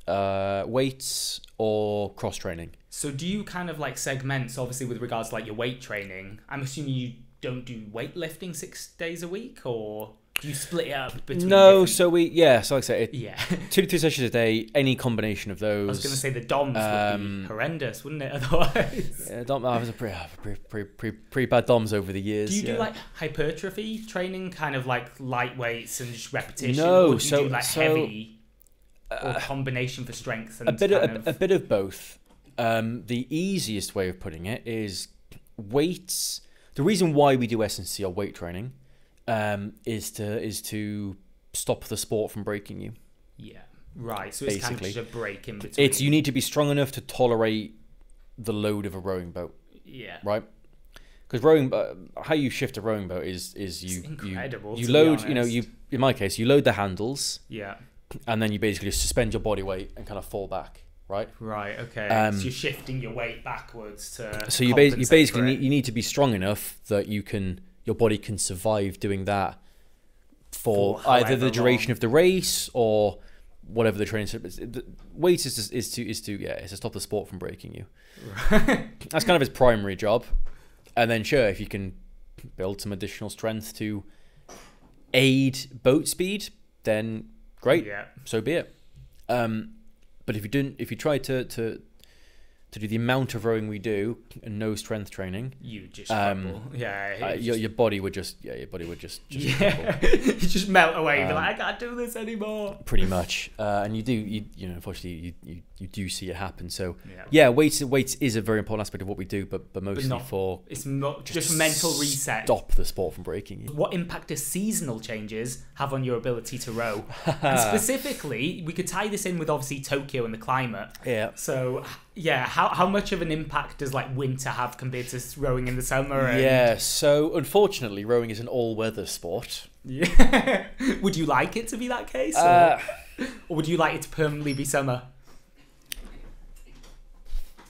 S2: uh, weights or cross training.
S1: So do you kind of like segment, so obviously with regards to like your weight training? I'm assuming you don't do weightlifting six days a week, or do you split it up between?
S2: No,
S1: different-
S2: so we yeah, so like I said, it,
S1: yeah,
S2: two to three sessions a day, any combination of
S1: I
S2: those.
S1: was gonna say the DOMs would
S2: Um,
S1: be horrendous, wouldn't it? Otherwise,
S2: Yeah, Uh, Dom, I was a pretty, pretty, pretty, pretty, pretty bad DOMs over the years.
S1: do you
S2: yeah.
S1: do like hypertrophy training, kind of like light weights and just repetition? or
S2: No,
S1: do you
S2: so-
S1: do like
S2: so,
S1: heavy or
S2: uh,
S1: combination for strength and
S2: a bit
S1: kind
S2: of, a, a bit of both? Um, the easiest way of putting it is weights. The reason why we do SNC or weight training um, is to is to stop the sport from breaking you.
S1: yeah, right. So it's kind of
S2: Basically.
S1: just a break in between.
S2: It's you need to be strong enough to tolerate the load of a rowing boat,
S1: yeah.
S2: right? Because rowing, uh, how you shift a rowing boat is is you
S1: It's
S2: you
S1: incredible,
S2: you
S1: to be
S2: load you know
S1: honest.
S2: you in my case you load the handles
S1: Yeah.
S2: and then you basically just suspend your body weight and kind of fall back, right?
S1: Right. Okay.
S2: Um,
S1: so you're shifting your weight backwards to.
S2: So you, bas- you
S1: compensate
S2: basically
S1: for it.
S2: need, you need to be strong enough that you can your body can survive doing that for,
S1: For
S2: either
S1: however
S2: the duration
S1: long.
S2: of the race or whatever the training setup is. The weight is to, is to is to yeah, is to stop the sport from breaking you. That's kind of his primary job, and then sure if you can build some additional strength to aid boat speed, then great
S1: Yeah.
S2: so be it. Um, but if you didn't, if you tried to to to do the amount of rowing we do and no strength training,
S1: You just
S2: Um,
S1: crumble. yeah,
S2: uh,
S1: you
S2: your,
S1: just-
S2: your body would just yeah your body would just, just
S1: yeah, you just melt away. You're
S2: Um,
S1: like, I can't do this anymore.
S2: pretty much. Uh, and you do you you know unfortunately you, you you do see it happen. So
S1: Yeah.
S2: yeah, weights weights is a very important aspect of what we do, but but mostly
S1: not-
S2: for
S1: It's not just,
S2: to
S1: mental reset.
S2: Stop the sport from breaking you.
S1: What impact do seasonal changes have on your ability to row? and specifically, we could tie this in with obviously Tokyo and the climate.
S2: Yeah.
S1: So yeah, how how much of an impact does like winter have compared to s- rowing in the summer? and-
S2: Yeah, so unfortunately, rowing is an all-weather sport.
S1: Yeah. would you like it to be that case, or,
S2: Uh,
S1: or would you like it to permanently be summer?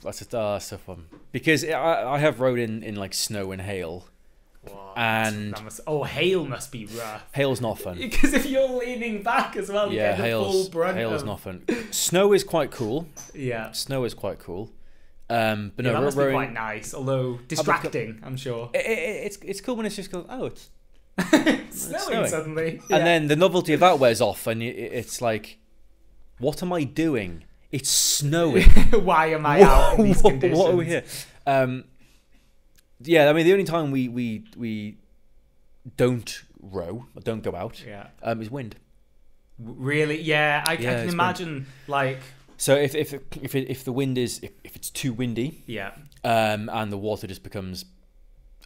S2: that's a uh, that's a tough one because I, I have rowed in, in like snow and hail. And-
S1: That must- oh, hail must be rough
S2: Hail's not fun.
S1: because if you're leaning back as well, you
S2: Yeah,
S1: get the full
S2: hail's
S1: brunt.
S2: hail's
S1: of-
S2: not fun. Snow is quite cool.
S1: Yeah.
S2: Snow is quite cool. Um, but
S1: Yeah,
S2: no,
S1: that
S2: ro-
S1: must be
S2: rowing.
S1: quite nice, although distracting, I'm sure.
S2: i- i- it's it's cool when it's just cool. Oh, it's
S1: It's snowing,
S2: snowing.
S1: suddenly.
S2: and then the novelty of that wears off, and i- i it's like, what am I doing? It's snowing.
S1: then why am I out in these
S2: What-
S1: conditions?
S2: What are we here? Um, yeah, I mean, the only time we we we don't row, or don't go out,
S1: Yeah.
S2: um, is wind.
S1: Really? Yeah, I, I
S2: Yeah,
S1: can
S2: it's been-
S1: imagine, like,
S2: So if if if it, if the wind is if, if it's too windy,
S1: yeah,
S2: um, and the water just becomes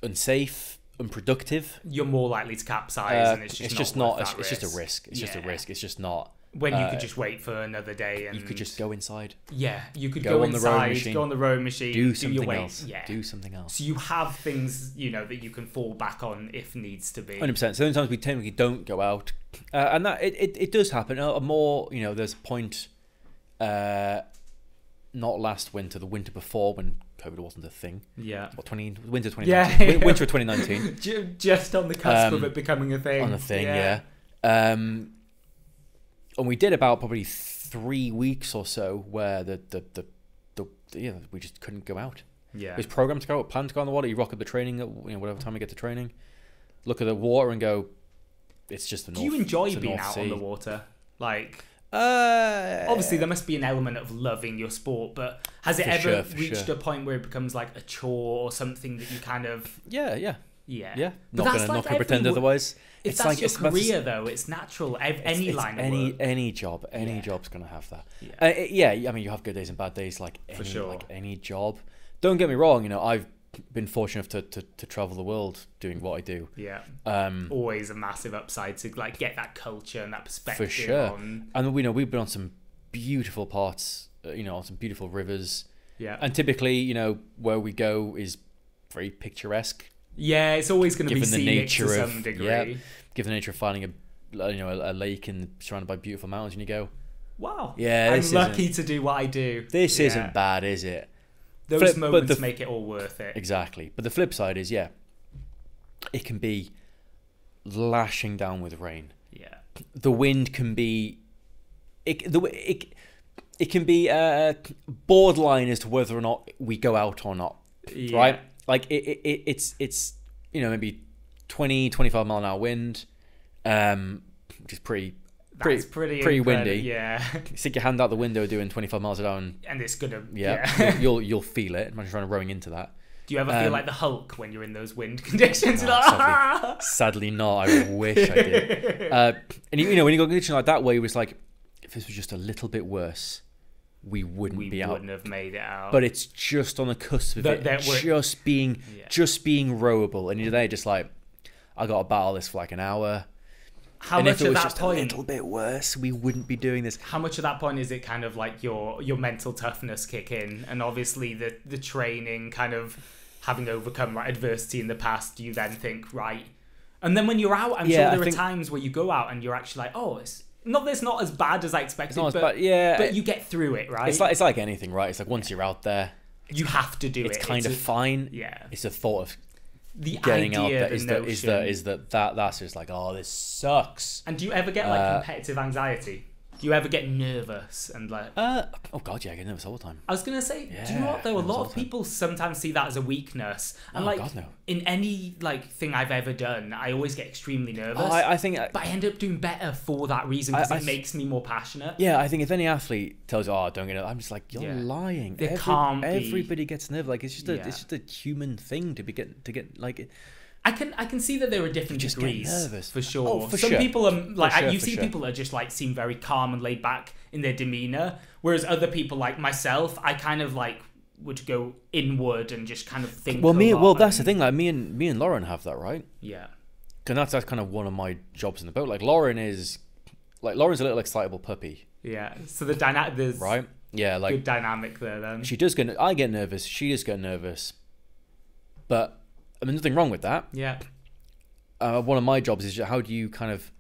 S2: unsafe, unproductive,
S1: you're more likely to capsize,
S2: uh,
S1: and it's
S2: it's,
S1: just not.
S2: not.
S1: worth
S2: It's,
S1: that
S2: it's just a risk. It's just
S1: Yeah.
S2: a risk. It's just not.
S1: When you
S2: Uh,
S1: could just wait for another day, and
S2: You could just go inside,
S1: yeah, you could go,
S2: go on the rowing
S1: inside,
S2: machine,
S1: go on the rowing machine,
S2: do
S1: your
S2: something
S1: weight.
S2: else,
S1: Yeah.
S2: do something else.
S1: so you have things you know that you can fall back on if needs to be.
S2: Hundred percent. So sometimes we technically don't go out, uh, and that it, it, it does happen. A, a more you know, there's a point, uh, not last winter, the winter before when COVID wasn't a thing.
S1: Yeah,
S2: What twenty winter twenty
S1: Yeah.
S2: nineteen, win winter of twenty nineteen
S1: Ju- just on the cusp of
S2: Um,
S1: it becoming a thing.
S2: on a thing, yeah. Um, and we did about probably three weeks or so where the the the, the, the yeah we just couldn't go out.
S1: yeah,
S2: It was programmed to go out, planned to go on the water. You rock up the training, at, you know, whatever time you get to training, look at the water and go. It's just the
S1: Do
S2: North.
S1: you enjoy
S2: it's the
S1: being
S2: North
S1: out on
S2: Sea."
S1: the water? Like,
S2: Uh,
S1: obviously, there must be an element of loving your sport, but has it
S2: For
S1: ever
S2: sure, for
S1: reached
S2: sure.
S1: a point where it becomes like a chore or something that you kind of,
S2: yeah, yeah,
S1: yeah,
S2: yeah.
S1: But
S2: Not
S1: that's
S2: gonna,
S1: like
S2: not gonna pretend
S1: every wo-
S2: otherwise.
S1: If
S2: it's
S1: that's
S2: like
S1: your
S2: it's about the s-
S1: career, though, it's natural. Ev-
S2: It's-
S1: any
S2: it's
S1: line
S2: any
S1: of work.
S2: any job, any
S1: Yeah.
S2: job's gonna have that.
S1: Yeah.
S2: Uh, it- yeah, I mean, you have good days and bad days, like any,
S1: sure.
S2: like any job. Don't get me wrong. You know, I've been fortunate enough to, to, to travel the world doing what I do.
S1: Yeah,
S2: Um,
S1: always a massive upside to like get that culture and that perspective.
S2: for sure.
S1: On,
S2: And we know we've been on some beautiful parts. uh, You know, on some beautiful rivers.
S1: yeah,
S2: And typically, you know, where we go is very picturesque.
S1: yeah, it's always going to be
S2: Given the
S1: scenic to
S2: nature of-
S1: some degree.
S2: yeah. given the nature of finding a you know a, a lake and surrounded by beautiful mountains, and you go,
S1: Wow.
S2: Yeah,
S1: I'm
S2: this
S1: lucky to do what I do.
S2: this
S1: Yeah.
S2: isn't bad, is it?
S1: Those
S2: flip, but
S1: moments
S2: the-
S1: make it all worth it.
S2: Exactly. But the flip side is, yeah, it can be lashing down with rain.
S1: Yeah.
S2: The wind can be, it the wi- it. It can be uh, borderline as to whether or not we go out or not,
S1: Yeah.
S2: right? Like it, it, it, it's it's you know maybe 20, 25 mile an hour wind, um, which is pretty
S1: That's
S2: pretty
S1: pretty
S2: pretty
S1: incredi-
S2: windy.
S1: Yeah.
S2: stick your hand out the window doing 25 miles an hour and
S1: And it's gonna
S2: yeah,
S1: yeah.
S2: You'll, you'll you'll feel it imagine trying to rowing into that
S1: Do you ever feel
S2: Um,
S1: like the Hulk when you're in those wind conditions? You're
S2: No,
S1: like,
S2: sadly.
S1: "Ah!"
S2: sadly not i wish i did uh, and you, you know when you got a condition like that where it was like if this was just a little bit worse we wouldn't
S1: we
S2: be out
S1: wouldn't have made it out.
S2: but it's just on the cusp of
S1: That-
S2: it
S1: that we're-
S2: just being
S1: Yeah.
S2: just being rowable and you're there just like i gotta battle this for like an hour
S1: how
S2: and
S1: much
S2: if it
S1: of
S2: was
S1: that
S2: just a
S1: point?
S2: little bit worse we wouldn't be doing this
S1: How much of that point is it kind of like your your mental toughness kick in, and obviously the the training kind of having overcome like, adversity in the past, you then think right, and then when you're out, I'm sure
S2: Yeah, I
S1: there
S2: think-
S1: are times where you go out and you're actually like, oh, it's not that it's not as bad as I expected,
S2: not as
S1: but
S2: bad- yeah,
S1: but
S2: it-
S1: you get through it, right?
S2: it's like it's like anything right it's like once you're out there
S1: you have to do
S2: it's
S1: it.
S2: kind of
S1: a-
S2: fine
S1: yeah.
S2: it's the thought of
S1: The
S2: getting out
S1: idea,
S2: there
S1: the
S2: is that
S1: notion.
S2: is that is that that that's just like oh this sucks
S1: and do you ever get like
S2: Uh,
S1: competitive anxiety? Do you ever get nervous and like?
S2: Uh, oh god, yeah, I get nervous all the time.
S1: I was gonna say, do you know what
S2: Yeah,
S1: though? A
S2: nervous all
S1: lot of
S2: the time.
S1: people sometimes see that as a weakness, and
S2: Oh,
S1: like
S2: God, no.
S1: in any like thing I've ever done, I always get extremely nervous.
S2: Oh, I, I think,
S1: but I end up doing better for that reason because
S2: I- I
S1: it
S2: th-
S1: makes me more passionate.
S2: yeah, I think if any athlete tells you, "Oh, don't get it," I'm just like, "You're
S1: Yeah.
S2: lying."
S1: There can't be-
S2: Everybody gets nervous. Like it's just a,
S1: Yeah.
S2: it's just a human thing to be get to get like. it-
S1: I can I can see that there are different
S2: just get
S1: degrees
S2: nervous.
S1: for sure.
S2: Oh, for
S1: Some
S2: sure.
S1: people are like
S2: sure,
S1: you
S2: for
S1: see
S2: sure.
S1: people that just like seem very calm and laid back in their demeanor, whereas other people like myself, I kind of like would go inward and just kind of think.
S2: Well,
S1: a
S2: me,
S1: lot
S2: well, that's the
S1: and-
S2: thing. Like me and me and Lauren have that right.
S1: Yeah,
S2: Because that's, that's kind of one of my jobs in the boat. Like Lauren is, like Lauren's a little excitable puppy,
S1: yeah. So the dyna- there's
S2: right? Yeah, like
S1: good dynamic there then.
S2: she does get. I get nervous. She does get nervous. But I mean, nothing wrong with that.
S1: Yeah,
S2: Uh, one of my jobs is how do you kind of?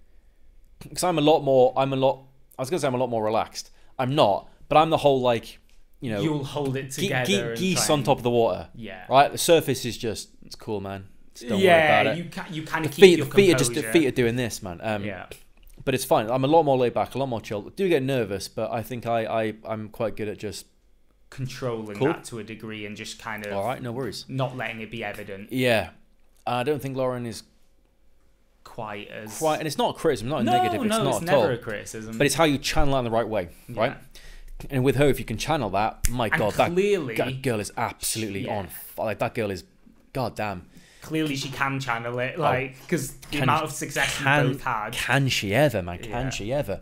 S2: Because I'm a lot more. I'm a lot. I was gonna say I'm a lot more relaxed. I'm not, but I'm the whole like, you know,
S1: you'll hold it
S2: ge-
S1: together.
S2: ge-
S1: and
S2: geese
S1: try
S2: on
S1: and-
S2: top of the water.
S1: Yeah.
S2: Right. The surface is just. It's cool, man. Just don't
S1: yeah,
S2: worry about it.
S1: you ca- you kind of keep
S2: feet,
S1: your
S2: feet are just
S1: composure.
S2: feet are doing this, man. Um,
S1: Yeah,
S2: but it's fine. I'm a lot more laid back, a lot more chilled. do get nervous, but I think I, I I'm quite good at just
S1: controlling
S2: Cool.
S1: that to a degree and just kind of
S2: all right, no worries.
S1: not letting it be evident
S2: Yeah, Uh, I don't think Lauren is
S1: quite as
S2: quite, and it's not a criticism, not a
S1: no,
S2: negative. It's
S1: no,
S2: not
S1: it's
S2: at
S1: never
S2: all.
S1: a criticism.
S2: But it's how you channel that in the right way,
S1: Yeah.
S2: right? And with her, if you can channel that, my
S1: And
S2: god,
S1: clearly-
S2: that, that girl is absolutely
S1: Yeah.
S2: on on. Like that girl is, god damn,
S1: clearly she can channel it, like because the
S2: Oh. Can-
S1: amount of success we
S2: can
S1: both had.
S2: can she ever, man? Can
S1: Yeah.
S2: she ever?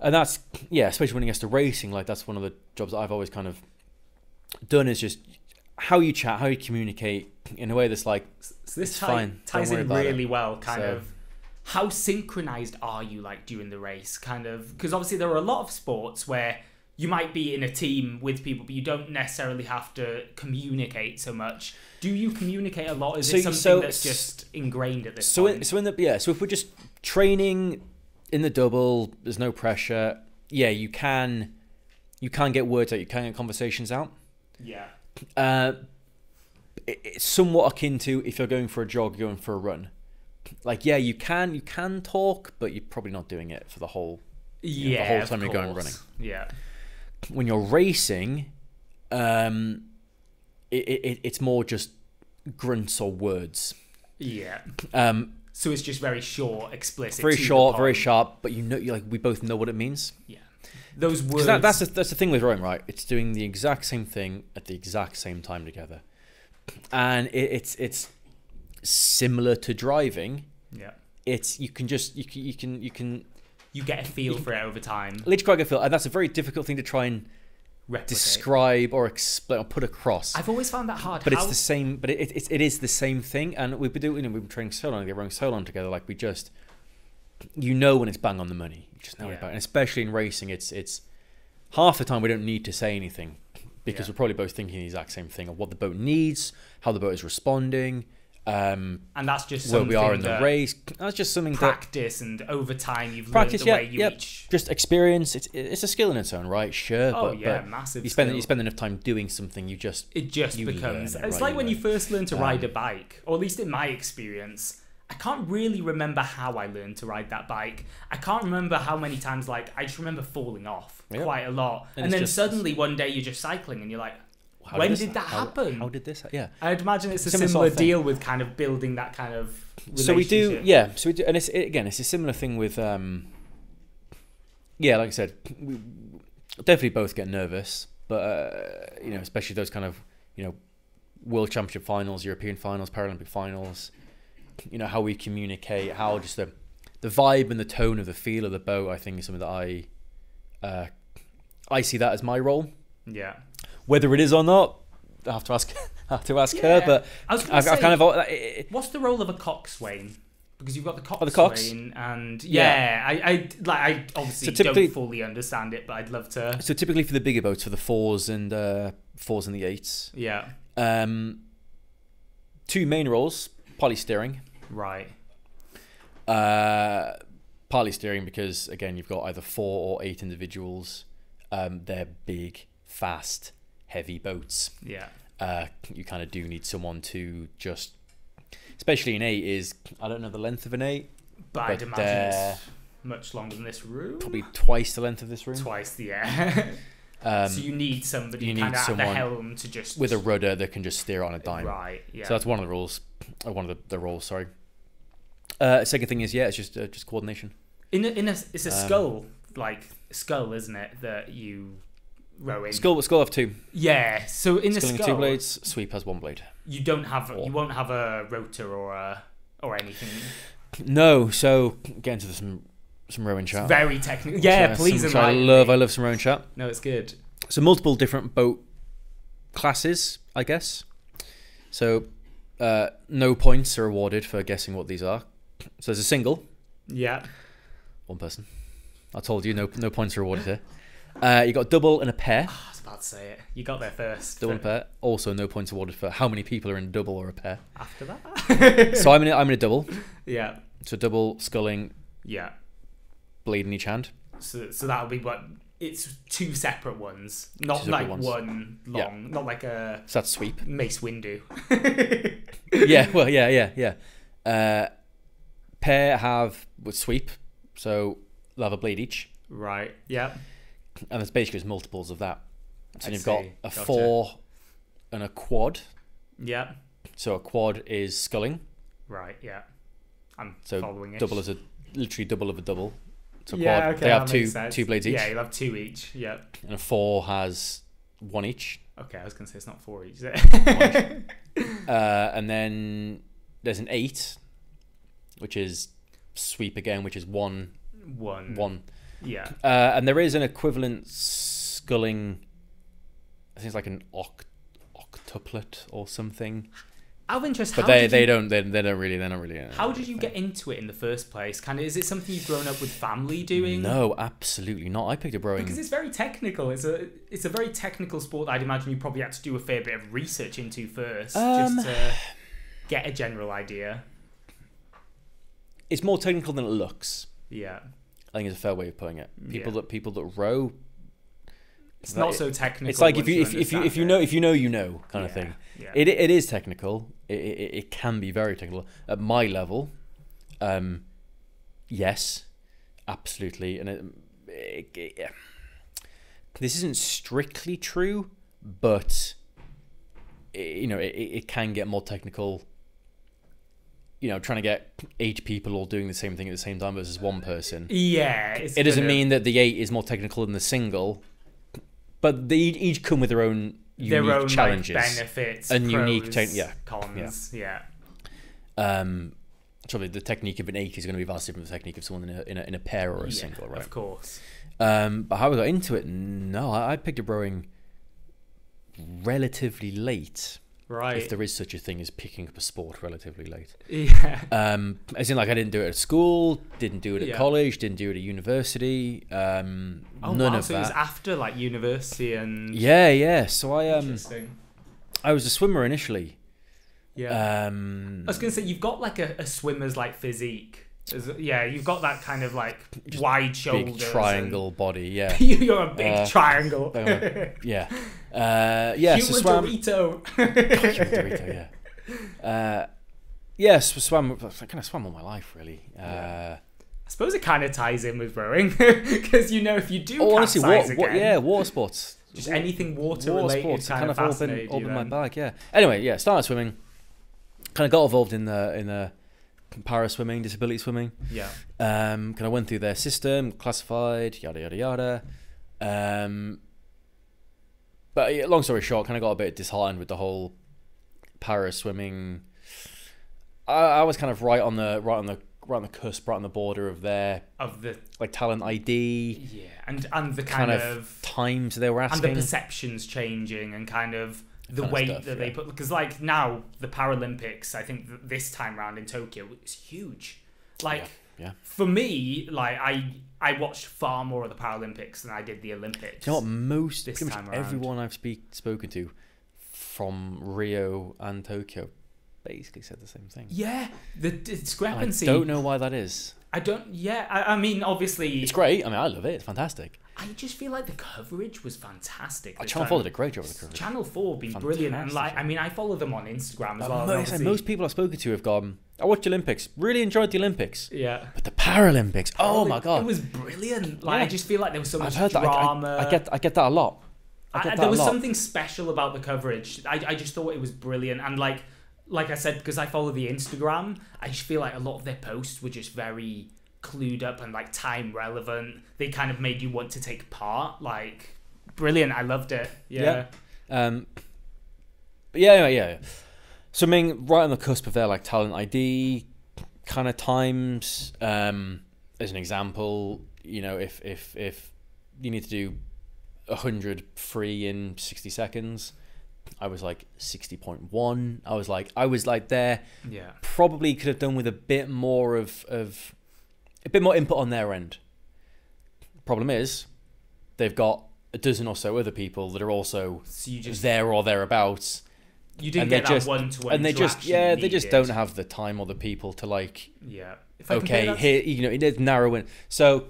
S2: And that's yeah, especially when it gets to racing. Like that's one of the jobs that I've always kind of done is just how you chat, how you communicate in a way that's like
S1: So this
S2: it's
S1: tie-
S2: fine. Don't
S1: ties
S2: worry
S1: in
S2: about it.
S1: really well, kind
S2: So-
S1: of. How synchronized are you like during the race? Kind of because obviously there are a lot of sports where you might be in a team with people, but you don't necessarily have to communicate so much. Do you communicate a lot? Is it
S2: So-
S1: something
S2: so-
S1: that's just ingrained at this
S2: so.
S1: point?
S2: In, so in the yeah, so if we're just training in the double, there's no pressure. Yeah, you can, you can get words out, you can get conversations out.
S1: yeah,
S2: Uh, it- it's somewhat akin to if you're going for a jog, you're going for a run. Like yeah, you can you can talk, but you're probably not doing it for the whole know, the
S1: yeah.
S2: whole
S1: of
S2: time you're going
S1: course. Yeah,
S2: when you're racing, um, it, it, it- it's more just grunts or words.
S1: yeah.
S2: Um,
S1: So it's just very short, explicit,
S2: very
S1: to the
S2: short, very
S1: point.
S2: sharp, but you know, you like we both know what it means.
S1: Yeah, those words.
S2: 'Cause that, that's the, that's the thing with rowing, right? It's doing the exact same thing at the exact same time together, and it, it's it's similar to driving.
S1: yeah.
S2: It's you can just you can you can you can
S1: you get a feel for it over time.
S2: literally quite get feel, and that's a very difficult thing to try and
S1: Replicate.
S2: describe or explain or put across.
S1: I've always found that hard.
S2: But
S1: How,
S2: it's the same. But it, it, it is the same thing, and we've been doing. You know, we've been training so long, we've been running so long together. Like we just, you know, when it's bang on the money, you just know
S1: Yeah.
S2: about. it. And especially in racing, it's it's half the time we don't need to say anything because
S1: Yeah.
S2: we're probably both thinking the exact same thing of what the boat needs, how the boat is responding, um,
S1: and that's just
S2: where we are
S1: something
S2: in the
S1: that
S2: race. That's just something that
S1: Practice and over time you've learned
S2: practice.
S1: the
S2: Yeah,
S1: way you
S2: yeah.
S1: each.
S2: Just experience. It's it's a skill in its own right. Sure.
S1: Oh
S2: but,
S1: yeah,
S2: but
S1: massive.
S2: you spend
S1: skill.
S2: you spend enough time doing something, you just
S1: It just
S2: you
S1: becomes.
S2: learn it,
S1: it's
S2: right,
S1: like
S2: you
S1: when you
S2: learn Um,
S1: first learn to ride a bike, or at least in my experience. I can't really remember how I learned to ride that bike. I can't remember how many times, like, I just remember falling off
S2: Yeah.
S1: quite a lot. And,
S2: it's
S1: then
S2: just-
S1: suddenly one day you're just cycling and you're like,
S2: how
S1: when
S2: this
S1: did that
S2: how-
S1: happen?
S2: How did this? ha- Yeah.
S1: I'd imagine it's a
S2: Similar
S1: similar,
S2: sort of thing.
S1: deal with kind of building that kind of relationship.
S2: so we do yeah so we do and it's it, again it's a similar thing with um yeah like i said we definitely both get nervous but uh, you know especially those kind of you know world championship finals european finals paralympic finals you know how we communicate how just the the vibe and the tone of the feel of the boat i think is something that i uh i see that as my role
S1: Yeah.
S2: whether it is or not i have to ask I have to ask her
S1: Yeah.
S2: but
S1: I was gonna
S2: I've, I've
S1: say-
S2: kind of it, it,
S1: What's the role of a coxswain? Because you've got the coxswain
S2: Oh, the cox?
S1: and yeah,
S2: Yeah.
S1: I, I like I obviously
S2: So typically-
S1: don't fully understand it, but I'd love to.
S2: So typically for the bigger boats, for the fours and uh, fours and the eights,
S1: Yeah,
S2: um, two main roles: partly steering,
S1: right.
S2: uh, partly steering because again you've got either four or eight individuals. Um, they're big, fast, heavy boats.
S1: Yeah,
S2: Uh, you kind of do need someone to just, especially an eight is I don't know the length of an eight,
S1: but, I'd
S2: But, uh,
S1: imagine it's much longer than this room.
S2: probably twice the length of this room.
S1: twice the air.
S2: Um,
S1: so you need somebody
S2: you
S1: kind of
S2: need
S1: at the
S2: someone
S1: helm to just
S2: with a rudder that can just steer it on a dime.
S1: right. Yeah.
S2: So that's one of the rules. uh, One of the, the roles. Sorry. Uh, second thing is yeah, it's just uh, just coordination.
S1: in a, in a it's a
S2: Um,
S1: skull like skull, isn't it? That you row in.
S2: Skull skull have two.
S1: Yeah. So in a
S2: Skull
S1: skull,
S2: having two blades. Sweep has one blade.
S1: you don't have
S2: Or-
S1: you won't have a rotor or a or anything.
S2: No, so get into some some rowing
S1: It's
S2: chat.
S1: very technical. Yeah,
S2: So,
S1: please
S2: some- which I
S1: enlighten
S2: love
S1: me.
S2: I love some rowing chat.
S1: No, it's good.
S2: So multiple different boat classes, I guess. So uh, no points are awarded for guessing what these are. So there's a single,
S1: Yeah.
S2: one person. I told you no no points are awarded here. Uh, you got a double and a pair.
S1: I was about to say it. You got there first.
S2: Double and
S1: but
S2: pair. Also no points awarded for how many people are in double or a pair.
S1: After that.
S2: So I'm in a, I'm in a double.
S1: Yeah.
S2: So double sculling,
S1: Yeah.
S2: blade in each hand.
S1: So so that'll be what it's two separate ones, not
S2: separate
S1: like
S2: ones.
S1: one long, not like a
S2: So that's sweep.
S1: Mace Windu.
S2: yeah, well, yeah, yeah, yeah. Uh, pair have would sweep, so they'll have a blade each,
S1: Right. Yeah.
S2: and there's basically just multiples of that. So
S1: I
S2: you've got
S1: see.
S2: a
S1: Gotcha.
S2: four and a quad.
S1: Yeah.
S2: So a quad is sculling,
S1: Right. Yeah. I'm
S2: So
S1: following it.
S2: double as a literally double of a double. So
S1: yeah,
S2: quad
S1: okay,
S2: they have
S1: that
S2: two
S1: makes sense.
S2: two blades each,
S1: Yeah, you'll have two each. Yeah.
S2: and a four has one each.
S1: Okay, I was gonna say it's not four each. Is it?
S2: Uh, and then there's an eight, which is sweep again, which is one
S1: One.
S2: one
S1: Yeah.
S2: Uh, and there is an equivalent sculling. I think it's like an oct- octuplet or something.
S1: Out of interest,
S2: But
S1: how
S2: they
S1: did
S2: they
S1: you,
S2: don't they, they don't really they're not really. uh,
S1: how did you get into it in the first place? Kind of, is it something you've grown up with family doing?
S2: No, absolutely not. I picked up rowing.
S1: Because it's very technical. It's a it's a very technical sport. I'd imagine you probably had to do a fair bit of research into first,
S2: Um,
S1: just to get a general idea.
S2: It's more technical than it looks.
S1: Yeah,
S2: I think is a fair way of putting it. People
S1: Yeah.
S2: that people that row,
S1: it's
S2: But
S1: not
S2: it-
S1: so technical.
S2: it's like if
S1: once
S2: you if, if you if you
S1: understand
S2: know
S1: it.
S2: if you know you know kind of
S1: Yeah,
S2: thing.
S1: yeah.
S2: It it is technical. It, it it can be very technical at my level. Um, yes, absolutely, and it, it, it- yeah. this isn't strictly true, but i you know it, it it can get more technical. You know, trying to get eight people all doing the same thing at the same time versus one person.
S1: yeah, it's
S2: It doesn't
S1: gonna-
S2: mean that the eight is more technical than the single, but they each come with their own unique
S1: their own like,
S2: challenges.
S1: benefits
S2: and unique
S1: pros,
S2: tech- yeah,
S1: cons. Yeah.
S2: Um, so the technique of an eight is going to be vastly different from the technique of someone in a, in a, in a pair or a
S1: Yeah,
S2: single, right?
S1: Of course.
S2: Um, but how I got into it, no, I, I picked up rowing relatively late, if
S1: Right.
S2: there is such a thing as picking up a sport relatively late.
S1: Yeah.
S2: Um, as in, like, I didn't do it at school, didn't do it at
S1: Yeah.
S2: college, didn't do it at university, um,
S1: Oh,
S2: none
S1: wow,
S2: of
S1: so it was
S2: that.
S1: after like university and
S2: yeah, yeah. So I um,
S1: Interesting.
S2: I was a swimmer initially.
S1: Yeah.
S2: Um,
S1: I was gonna say you've got like a, a swimmer's like physique. Is- yeah, you've got that kind of like wide shoulders.
S2: big triangle body, yeah.
S1: and- You're a big
S2: Uh,
S1: triangle.
S2: bang on my- yeah. Uh, yeah,
S1: you
S2: so
S1: were
S2: swam.
S1: Dorito.
S2: Cuba Dorito, yeah. Uh, yes, we swam. I kind of swam all my life, really. Uh,
S1: I suppose it kind of ties in with rowing because you know if you do
S2: Oh, honestly,
S1: capsize
S2: what,
S1: again,
S2: what? Yeah, water sports.
S1: just anything water
S2: water
S1: related
S2: sports
S1: kind, of
S2: all
S1: fascinated
S2: been, all
S1: you
S2: been my
S1: then.
S2: bag. Yeah. Anyway, yeah, started swimming. Kind of got involved in the in the para swimming, disability swimming.
S1: Yeah,
S2: Um, kind of went through their system, classified, yada yada yada. Um, but yeah, long story short, kind of got a bit disheartened with the whole para swimming. I, I was kind of right on the right on the right on the cusp, right on the border of their
S1: of the
S2: like talent ID
S1: yeah, and and the
S2: E. kind,
S1: kind,
S2: of,
S1: of
S2: times they were
S1: and the
S2: asking.
S1: perceptions changing and kind of the
S2: Kind of
S1: weight
S2: stuff,
S1: that they
S2: yeah.
S1: put because like now the paralympics i think th- this time round in tokyo is huge like
S2: yeah.
S1: for me like i i watched far more of the paralympics than i did the olympics
S2: Do you know what? Most,
S1: This
S2: pretty much
S1: time around.
S2: everyone I've speak, spoken to from Rio and Tokyo basically said the same thing.
S1: yeah the d-
S2: I
S1: discrepancy
S2: don't know why that is.
S1: I don't- yeah i, I mean obviously
S2: It's great. I mean, I love it. It's fantastic.
S1: i just feel like the coverage was fantastic
S2: I
S1: this
S2: Channel
S1: time.
S2: 4 did a great job with the coverage.
S1: channel 4 been brilliant and like
S2: Fantastic.
S1: i mean i follow them on instagram as well
S2: But
S1: and
S2: most,
S1: obviously-
S2: most people I've spoken to have gone, I watched the Olympics. Really enjoyed the Olympics.
S1: Yeah.
S2: But the Paralympics. Oh, my
S1: it-
S2: god.
S1: It was brilliant. Like I
S2: Yeah.
S1: just feel like there was so much
S2: I've heard that. I-
S1: drama.
S2: I, I get I get that a lot. I
S1: I-
S2: get that
S1: there
S2: a
S1: was
S2: lot.
S1: something special about the coverage. I, I just thought it was brilliant, and like like I said, because I follow the Instagram, I just feel like a lot of their posts were just very clued up and like time relevant. They kind of made you want to take part. Like brilliant, I loved it. Yeah,
S2: Yeah. Um, but yeah, yeah, yeah. So I mean, right on the cusp of their like talent ID kind of times. Um, as an example, you know, if if if you need to do hundred free in sixty seconds, I was like sixty point one. I was like I was like there.
S1: yeah,
S2: Probably could have done with a bit more of of a bit more input on their end. Problem is, they've got a dozen or so other people that are also
S1: So you just
S2: there or thereabouts,
S1: you didn't
S2: and they
S1: get that
S2: just-
S1: one to one.
S2: and they just yeah, they just don't have the time or the people to like.
S1: Yeah. If I compare
S2: Okay,
S1: that-
S2: here you know it is narrowing. So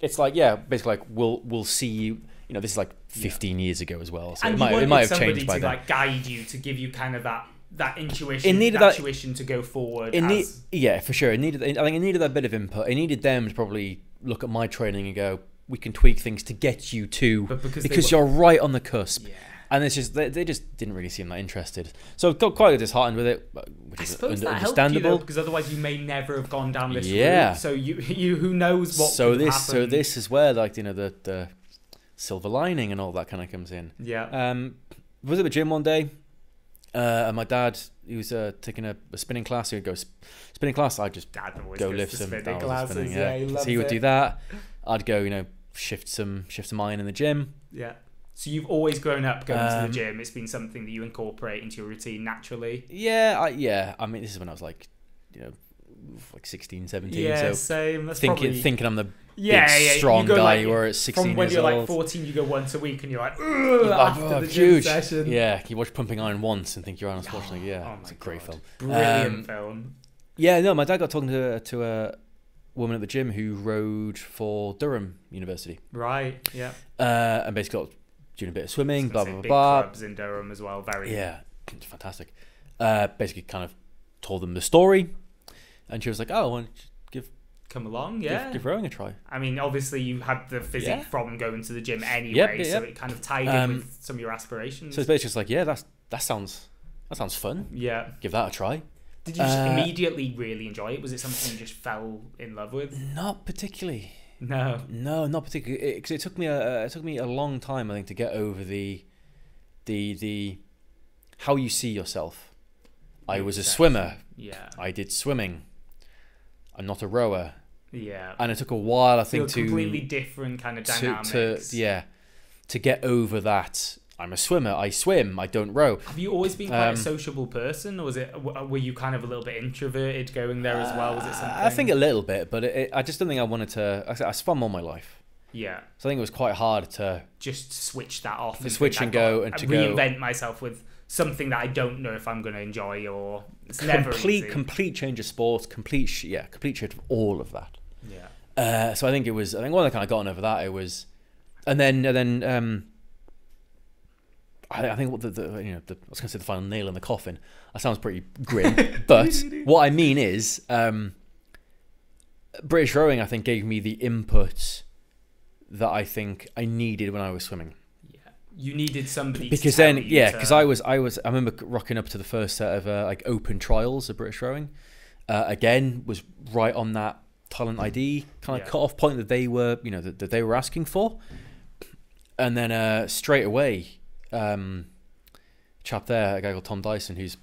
S2: it's like yeah, basically like we'll we'll see you. You know this is like 15 years ago as well, so
S1: and
S2: it
S1: you
S2: might
S1: wanted
S2: it might have
S1: somebody
S2: changed by
S1: to
S2: then.
S1: like guide you to give you kind of that that intuition.
S2: It needed
S1: that,
S2: that-
S1: tuition to go forward.
S2: it
S1: as,
S2: need, yeah, for sure. It needed. I think it needed that bit of input. It needed them to probably look at my training and go, we can tweak things to get you to
S1: But because they
S2: because
S1: were-
S2: you're right on the cusp.
S1: yeah.
S2: And it's just they, they just didn't really seem that interested. So got quite disheartened with it, which
S1: I
S2: is
S1: suppose
S2: under-
S1: that helped you
S2: understandable.
S1: though, because otherwise you may never have gone down this
S2: Yeah.
S1: route. So you, you who knows what.
S2: so
S1: could have
S2: this so
S1: happened.
S2: this is where like you know the the silver lining and all that kind of comes in
S1: Yeah.
S2: um was at the gym one day uh and my dad he was uh taking a, a spinning class he would go sp- spinning class i'd just
S1: Dad always
S2: go
S1: goes
S2: lift
S1: to
S2: some
S1: spinning
S2: downwards and
S1: classes,
S2: spinning,
S1: yeah, he
S2: so
S1: loves
S2: he would
S1: it.
S2: do that i'd go you know shift some shift some iron in the gym
S1: Yeah. So you've always grown up going to
S2: Um,
S1: the gym. It's been something that you incorporate into your routine naturally.
S2: yeah I, yeah i mean this is when i was like you know like 16 17
S1: Yeah,
S2: so
S1: same. That's
S2: thinking
S1: probably,
S2: thinking i'm the
S1: yeah,
S2: big
S1: yeah, you
S2: strong
S1: go,
S2: guy
S1: like,
S2: you were at 16
S1: From when
S2: years
S1: you're
S2: old
S1: like 14, you go once a week, and you're like,
S2: You're
S1: "Ugh,"
S2: like,
S1: after
S2: "Oh,
S1: the gym
S2: huge.
S1: session.
S2: Yeah, you watch Pumping Iron once and think you're Arnold Schwarzenegger. Yeah,
S1: Oh my
S2: it's a great
S1: God.
S2: film.
S1: Brilliant
S2: Um,
S1: film.
S2: Yeah, no, my dad got talking to to a woman at the gym who rode for Durham University,
S1: Right. Yeah.
S2: uh, and basically got doing a bit of
S1: I
S2: swimming,
S1: was
S2: blah
S1: gonna
S2: blah
S1: say, big
S2: blah.
S1: clubs in Durham as well. Very.
S2: Yeah, it's fantastic. Uh, basically, kind of told them the story, and she was like, "Oh, well, give,
S1: Come along. Yeah.
S2: give give rowing a try."
S1: I mean, obviously, you had the physique
S2: Yeah.
S1: from going to the gym anyway,
S2: yeah,
S1: so
S2: yep.
S1: it kind of tied in
S2: Um,
S1: with some of your aspirations.
S2: So it's basically just like, "Yeah, that's that sounds that sounds fun.
S1: yeah.
S2: Give that a try."
S1: Did you just
S2: Uh,
S1: immediately really enjoy it? Was it something you just fell in love with?
S2: Not particularly.
S1: No.
S2: No, not particularly. Because it, took me a it took me a long time, I think, to get over the the the how you see yourself. I was a
S1: Exactly.
S2: swimmer.
S1: Yeah.
S2: I did swimming. I'm not a rower,
S1: Yeah.
S2: and it took a while, I
S1: So
S2: think,
S1: a
S2: to
S1: completely different kind of
S2: to,
S1: dynamics.
S2: to yeah to get over that. I'm a swimmer. I swim. I don't row.
S1: Have you always been quite a
S2: Um,
S1: sociable person, or was it? w- uh, Were you kind of a little bit introverted going there as well? Was it something?
S2: Uh, I think a little bit, but it, it, I just don't think I wanted to. I, I swam all my life,
S1: yeah.
S2: so I think it was quite hard to.
S1: Just switch that off. And
S2: switch
S1: think,
S2: and
S1: "I've
S2: go
S1: got-
S2: and
S1: I
S2: to go."
S1: reinvent myself with something that I don't know if I'm going to enjoy or it's never
S2: complete
S1: easy.
S2: complete change of sport. Complete sh- yeah, complete shift of all of that.
S1: yeah.
S2: Uh, so I think it was. I think one I kind of gotten over that. It was, and then and then um, I, I think what the, the you know the, I was going to say the final nail in the coffin. That sounds pretty grim, but what I mean is um, British rowing. I think gave me the input that I think I needed when I was swimming.
S1: Yeah, you needed somebody to
S2: Because
S1: tell
S2: then,
S1: you
S2: yeah,
S1: to-
S2: because I was, I was, I remember rocking up to the first set of uh, like open trials of British rowing. Uh, again, was right on that talent ID kind of
S1: Yeah.
S2: cut off point that they were, you know, that, that they were asking for. And then uh, straight away, um, chap there, a guy called Tom Dyson, who's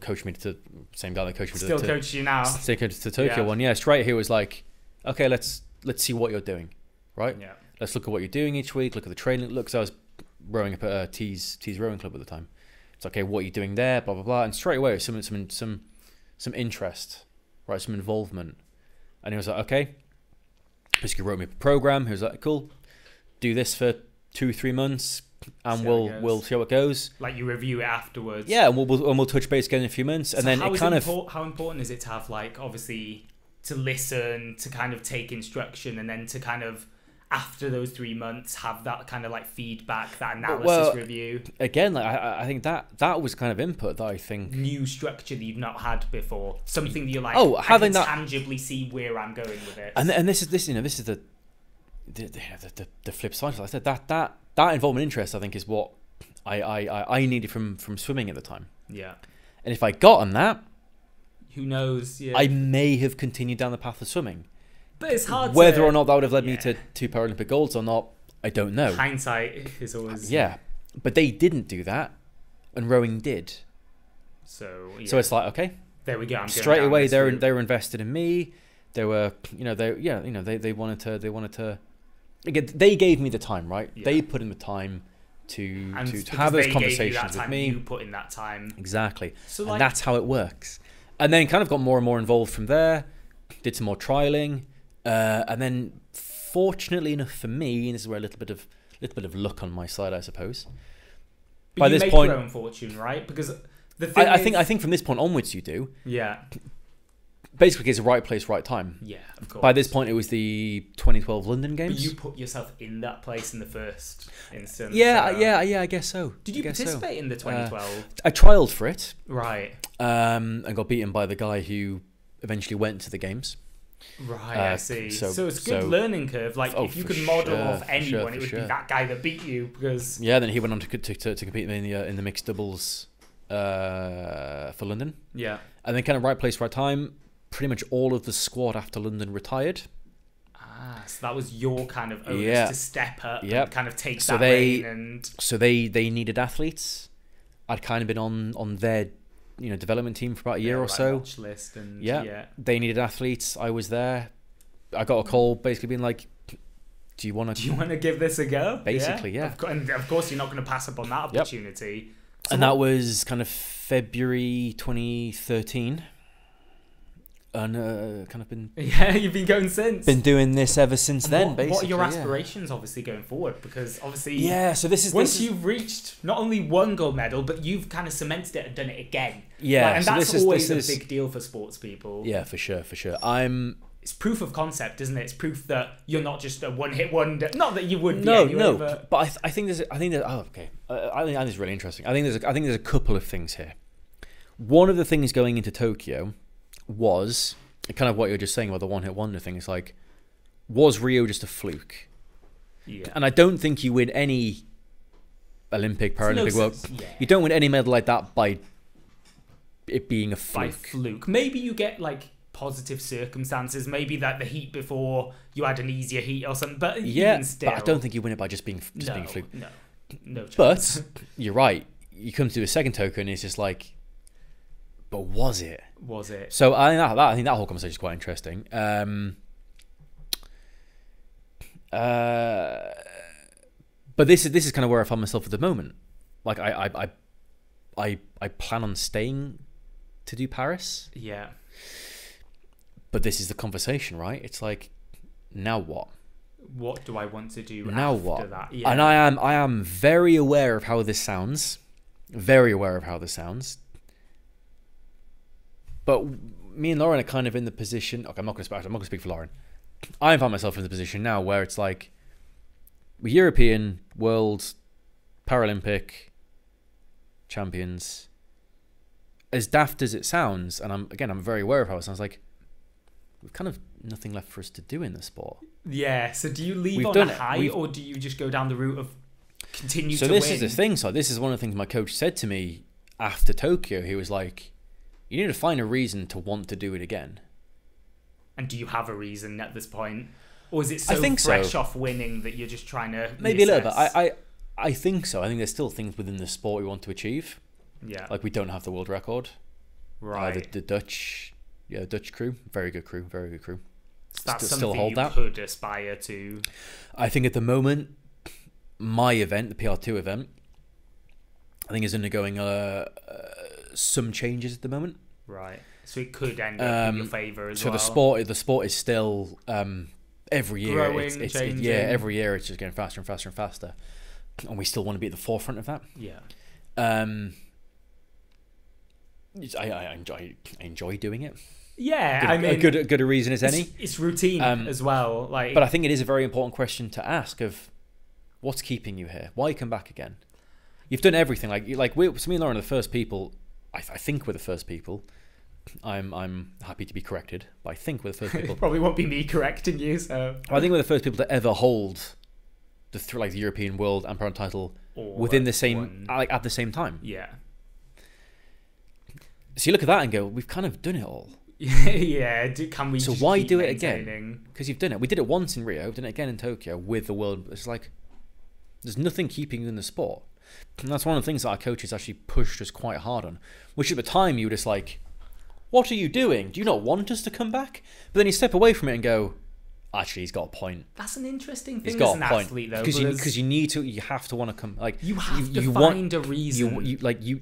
S2: coached me to same guy that coached me
S1: still
S2: to,
S1: coach you now.
S2: to, still coached to Tokyo
S1: Yeah.
S2: one. Yeah, straight here was like, okay, let's let's see what you're doing, right?
S1: Yeah,
S2: let's look at what you're doing each week. Look at the training. Look, 'cause I was rowing up at uh, T's T's rowing club at the time. It's like, okay, what are you doing there? Blah blah blah. And straight away, some some some some interest, right? Some involvement. And he was like, okay. Basically, wrote me up a program. He was like, cool, do this for two three months, and
S1: See how it
S2: we'll
S1: goes.
S2: we'll see how it goes.
S1: like you review it afterwards.
S2: Yeah, and we'll, we'll and we'll touch base again in a few months,
S1: So
S2: and then
S1: how
S2: it
S1: is
S2: kind of
S1: impor- how important is it to have like obviously to listen, to kind of take instruction, and then to kind of after those three months have that kind of like feedback, that analysis
S2: well-
S1: review,
S2: Again, like I- I, I think that that was kind of input that I think.
S1: new structure that you've not had before, something that you're like,
S2: Oh,
S1: I
S2: having
S1: can
S2: that-
S1: tangibly see where I'm going with it.
S2: And and this is this you know this is the the the, the, the, the flip side. Like I said that that that involvement interest I think is what I I, I, I needed from from swimming at the time.
S1: yeah,
S2: And if I got on that,
S1: who knows? Yeah,
S2: I may have continued down the path of swimming.
S1: but it's hard.
S2: Whether
S1: to-
S2: or not that would have led me
S1: yeah.
S2: to two Paralympic golds or not, I don't know.
S1: hindsight is always
S2: Yeah, but they didn't do that, and rowing did.
S1: So yeah.
S2: So it's like okay,
S1: there we go. I'm going
S2: straight
S1: down
S2: away
S1: this
S2: they're
S1: route.
S2: they were invested in me. They were you know they yeah you know they, they wanted to they wanted to again they gave me the time right. They
S1: Yeah.
S2: put in the time to
S1: And
S2: to,
S1: it's
S2: to have
S1: because
S2: those
S1: they gave you that
S2: conversations with
S1: time,
S2: me.
S1: You put in that time.
S2: Exactly,
S1: So
S2: and
S1: like,
S2: that's how it works. And then kind of got more and more involved from there. Did some more trialing, uh, and then fortunately enough for me, and this is where a little bit of little bit of luck on my side, I suppose.
S1: but
S2: by
S1: you
S2: this
S1: make
S2: point-
S1: your own fortune, right? Because the thing
S2: I, I think
S1: is-
S2: I think from this point onwards, you do
S1: yeah,
S2: basically it's a right place, right time.
S1: yeah, of course.
S2: By this point, it was the 2012 London
S1: but
S2: Games.
S1: you put yourself in that place in the first instance.
S2: yeah,
S1: so-
S2: yeah, yeah. I guess so.
S1: Did you
S2: I guess so. Uh,
S1: participate in the 2012?
S2: I trialed for it
S1: right,
S2: um, and got beaten by the guy who eventually went to the games.
S1: right.
S2: uh,
S1: I see.
S2: so-
S1: So, it's good
S2: so-
S1: learning curve. Like
S2: Oh,
S1: if you
S2: for
S1: could model
S2: sure,
S1: off
S2: for
S1: anyone,
S2: sure,
S1: it
S2: for
S1: would
S2: sure. Mm.
S1: be that guy that beat you because
S2: Yeah, then he went on to to, to, to compete in the uh, in the mixed doubles uh, for London,
S1: yeah.
S2: and then kind of right place, right time. Pretty much all of the squad after London retired.
S1: Ah, so that was your kind of onus
S2: Yeah.
S1: to step up
S2: Yep.
S1: and kind of take
S2: So
S1: that
S2: they-
S1: reign and
S2: so they they needed athletes. I'd kind of been on on their you know development team for about a year
S1: Yeah,
S2: or
S1: like
S2: so.
S1: watch list and
S2: Yeah.
S1: yeah.
S2: They needed athletes. I was there. I got a call basically being like, "Do you want
S1: Do
S2: to?"
S1: you want to give this a go?
S2: Basically, yeah.
S1: Of, co- and of course, you're not going to pass up on that
S2: Yep.
S1: opportunity. So
S2: and that
S1: what-
S2: was kind of February 2013. And uh, kind of been
S1: yeah, you've been going since.
S2: been doing this ever since
S1: And
S2: then.
S1: what,
S2: basically,
S1: what are your
S2: yeah.
S1: aspirations, obviously, going forward? Because obviously,
S2: Yeah. So this is
S1: once
S2: this is-
S1: you've reached not only one gold medal, but you've kind of cemented it and done it again.
S2: yeah.
S1: Like, and
S2: so
S1: that's
S2: this is,
S1: always
S2: this
S1: a
S2: is-
S1: big deal for sports people.
S2: Yeah, for sure, for sure. I'm
S1: It's proof of concept, isn't it? It's proof that you're not just a one-hit wonder. Not that you would be
S2: no,
S1: anyway,
S2: no.
S1: but-
S2: But, I, th- I think there's, I think that, oh, okay. Uh, I think I think it's really interesting. I think there's, a, I think there's a couple of things here. One of the things going into Tokyo was kind of what you're just saying about the one-hit wonder thing. It's like, was Rio just a fluke?
S1: yeah.
S2: And I don't think you win any Olympic,
S1: It's no
S2: Paralympic, World.
S1: sense- yeah.
S2: You don't win any medal like that by it being a
S1: by
S2: fluke.
S1: fluke. Maybe you get like positive circumstances. Maybe that the heat before you had an easier heat or something. But
S2: yeah,
S1: even still,
S2: but I don't think you win it by just being just
S1: no,
S2: being a fluke.
S1: No, no. Chance.
S2: But you're right. You come to a second token, and it's just like, but was it?
S1: was it?
S2: So I think that, that I think that whole conversation is quite interesting. Um, uh, but this is this is kind of where I find myself at the moment. Like I I I I, I plan on staying to do Paris,
S1: Yeah,
S2: but this is the conversation, right? It's like now what?
S1: what do I want to do
S2: now
S1: after
S2: what?
S1: that? Yeah,
S2: And I am I am very aware of how this sounds, very aware of how this sounds. But me and Lauren are kind of in the position. Okay, I'm not going to speak. I'm not going to speak for Lauren. I find myself in the position now where it's like we're European, world, Paralympic champions. As daft as it sounds, and I'm again, I'm very aware of how it sounds. Like we've kind of nothing left for us to do in the sport.
S1: yeah. So do you leave
S2: We've
S1: on
S2: done
S1: a
S2: it.
S1: high,
S2: We've-
S1: or do you just go down the route of continue
S2: so
S1: to
S2: this
S1: win?
S2: is the thing so this is one of the things my coach said to me after tokyo he was like you need to find a reason to want to do it again
S1: And do you have a reason at this point, or is it so
S2: I think so.
S1: fresh off winning that you're just trying to
S2: maybe a little bit
S1: reassess?
S2: I, I i think so i think there's still things within the sport we want to achieve
S1: yeah,
S2: like we don't have the world record
S1: right.
S2: uh, the, the dutch yeah dutch crew very good crew very good crew
S1: So that's
S2: still- still
S1: something
S2: hold
S1: you
S2: that.
S1: could aspire to.
S2: i think at the moment my event the pr2 event i think is undergoing uh, uh some changes at the moment
S1: Right. So it could end up in your
S2: Um,
S1: favour as
S2: so
S1: well.
S2: the sport the sport is still um every year
S1: Growing,
S2: it's, it's, it- yeah
S1: changing.
S2: every year it's just getting faster and faster and faster and we still want to be at the forefront of that
S1: Yeah.
S2: um it's- I, I enjoy I enjoy doing it.
S1: Yeah,
S2: Good,
S1: I mean,
S2: a good, a good a reason as any.
S1: it's, it's routine
S2: Um,
S1: as well. Like,
S2: But I think it is a very important question to ask of what's keeping you here? Why come back again? You've done everything. Like you- like we so me and Lauren are the first people I, th- I think we're the first people. I'm I'm happy to be corrected, but I think we're the first people.
S1: it probably won't be me correcting you. So
S2: I think we're the first people to ever hold the thr like the European World and Prime title
S1: All
S2: within
S1: at
S2: the same uh,
S1: one.
S2: like at the same time.
S1: yeah,
S2: So you look at that and go, we've kind of done it all
S1: yeah. Do, can we?
S2: So
S1: just
S2: why
S1: keep
S2: do it again?
S1: maintaining?
S2: because you've done it. We did it once in Rio, done it again in Tokyo with the world. It's like there's nothing keeping you in the sport, and that's one of the things that our coaches actually pushed us quite hard on. Which at the time you were just like, what are you doing? Do you not want us to come back? But then you step away from it and go, actually, he's got a point.
S1: That's an interesting thing
S2: He's
S1: as
S2: got
S1: an
S2: a point
S1: athlete, though,
S2: because you
S1: because
S2: because you need to you have to want to come like
S1: you have to
S2: want-
S1: find a reason.
S2: you, you like you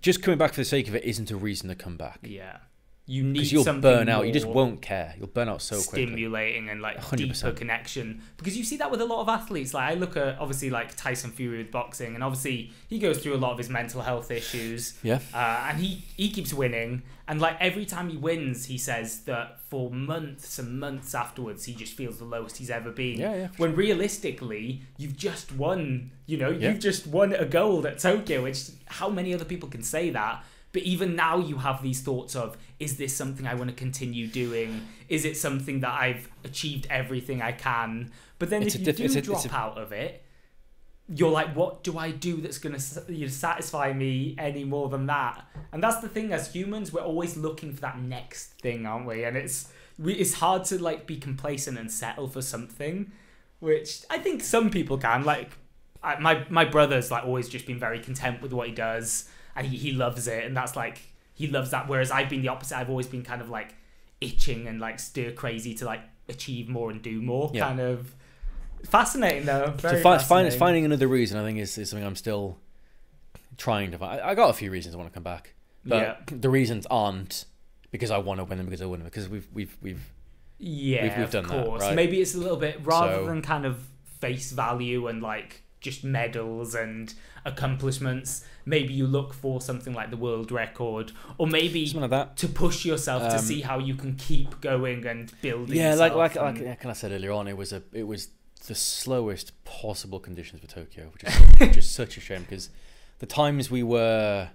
S2: just coming back for the sake of it isn't a reason to come back
S1: yeah, you need
S2: because you'll
S1: something
S2: burn out you just
S1: more
S2: won't care you'll burn out so quickly
S1: stimulating and like deeper
S2: 100%.
S1: connection because you see that with a lot of athletes. Like I look at obviously like Tyson Fury with boxing, and obviously he goes through a lot of his mental health issues.
S2: yeah
S1: uh, and he he keeps winning and like every time he wins he says that for months and months afterwards he just feels the lowest he's ever been
S2: Yeah, yeah, for
S1: when realistically you've just won you know
S2: Yeah.
S1: you've just won a gold at tokyo which how many other people can say that but even now you have these thoughts of is this something i want to continue doing is it something that i've achieved everything i can but then
S2: It's
S1: if
S2: a
S1: you
S2: diff-
S1: do
S2: it's a- it's
S1: drop
S2: a-
S1: out of it you're like, what do I do that's going to satisfy me any more than that? And that's the thing as humans, we're always looking for that next thing, aren't we? And it's we, it's hard to like be complacent and settle for something, which I think some people can. Like I, my my brother's like always just been very content with what he does, and he, he loves it, and that's like he loves that. Whereas I've been the opposite. I've always been kind of like itching and like stir crazy to like achieve more and do more.
S2: Yeah.
S1: Kind of fascinating though.
S2: so
S1: very
S2: fi- find,
S1: fascinating.
S2: finding another reason I think is, is something I'm still trying to find I, I got a few reasons I want to come back but the reasons aren't because I want to win them because I want to because we've we've we've
S1: Yeah,
S2: we've
S1: of
S2: done that,
S1: course.
S2: right?
S1: Maybe it's a little bit rather
S2: So-
S1: than kind of face value and like just medals and accomplishments. Maybe you look for something like the world record, or maybe
S2: something like that
S1: to push yourself to
S2: Um,
S1: see how you can keep going and building.
S2: Yeah, like like
S1: yourself
S2: like, uh,
S1: and-
S2: like I said earlier on, it was a it was the slowest possible conditions for Tokyo, which is which is such a shame because the times we were,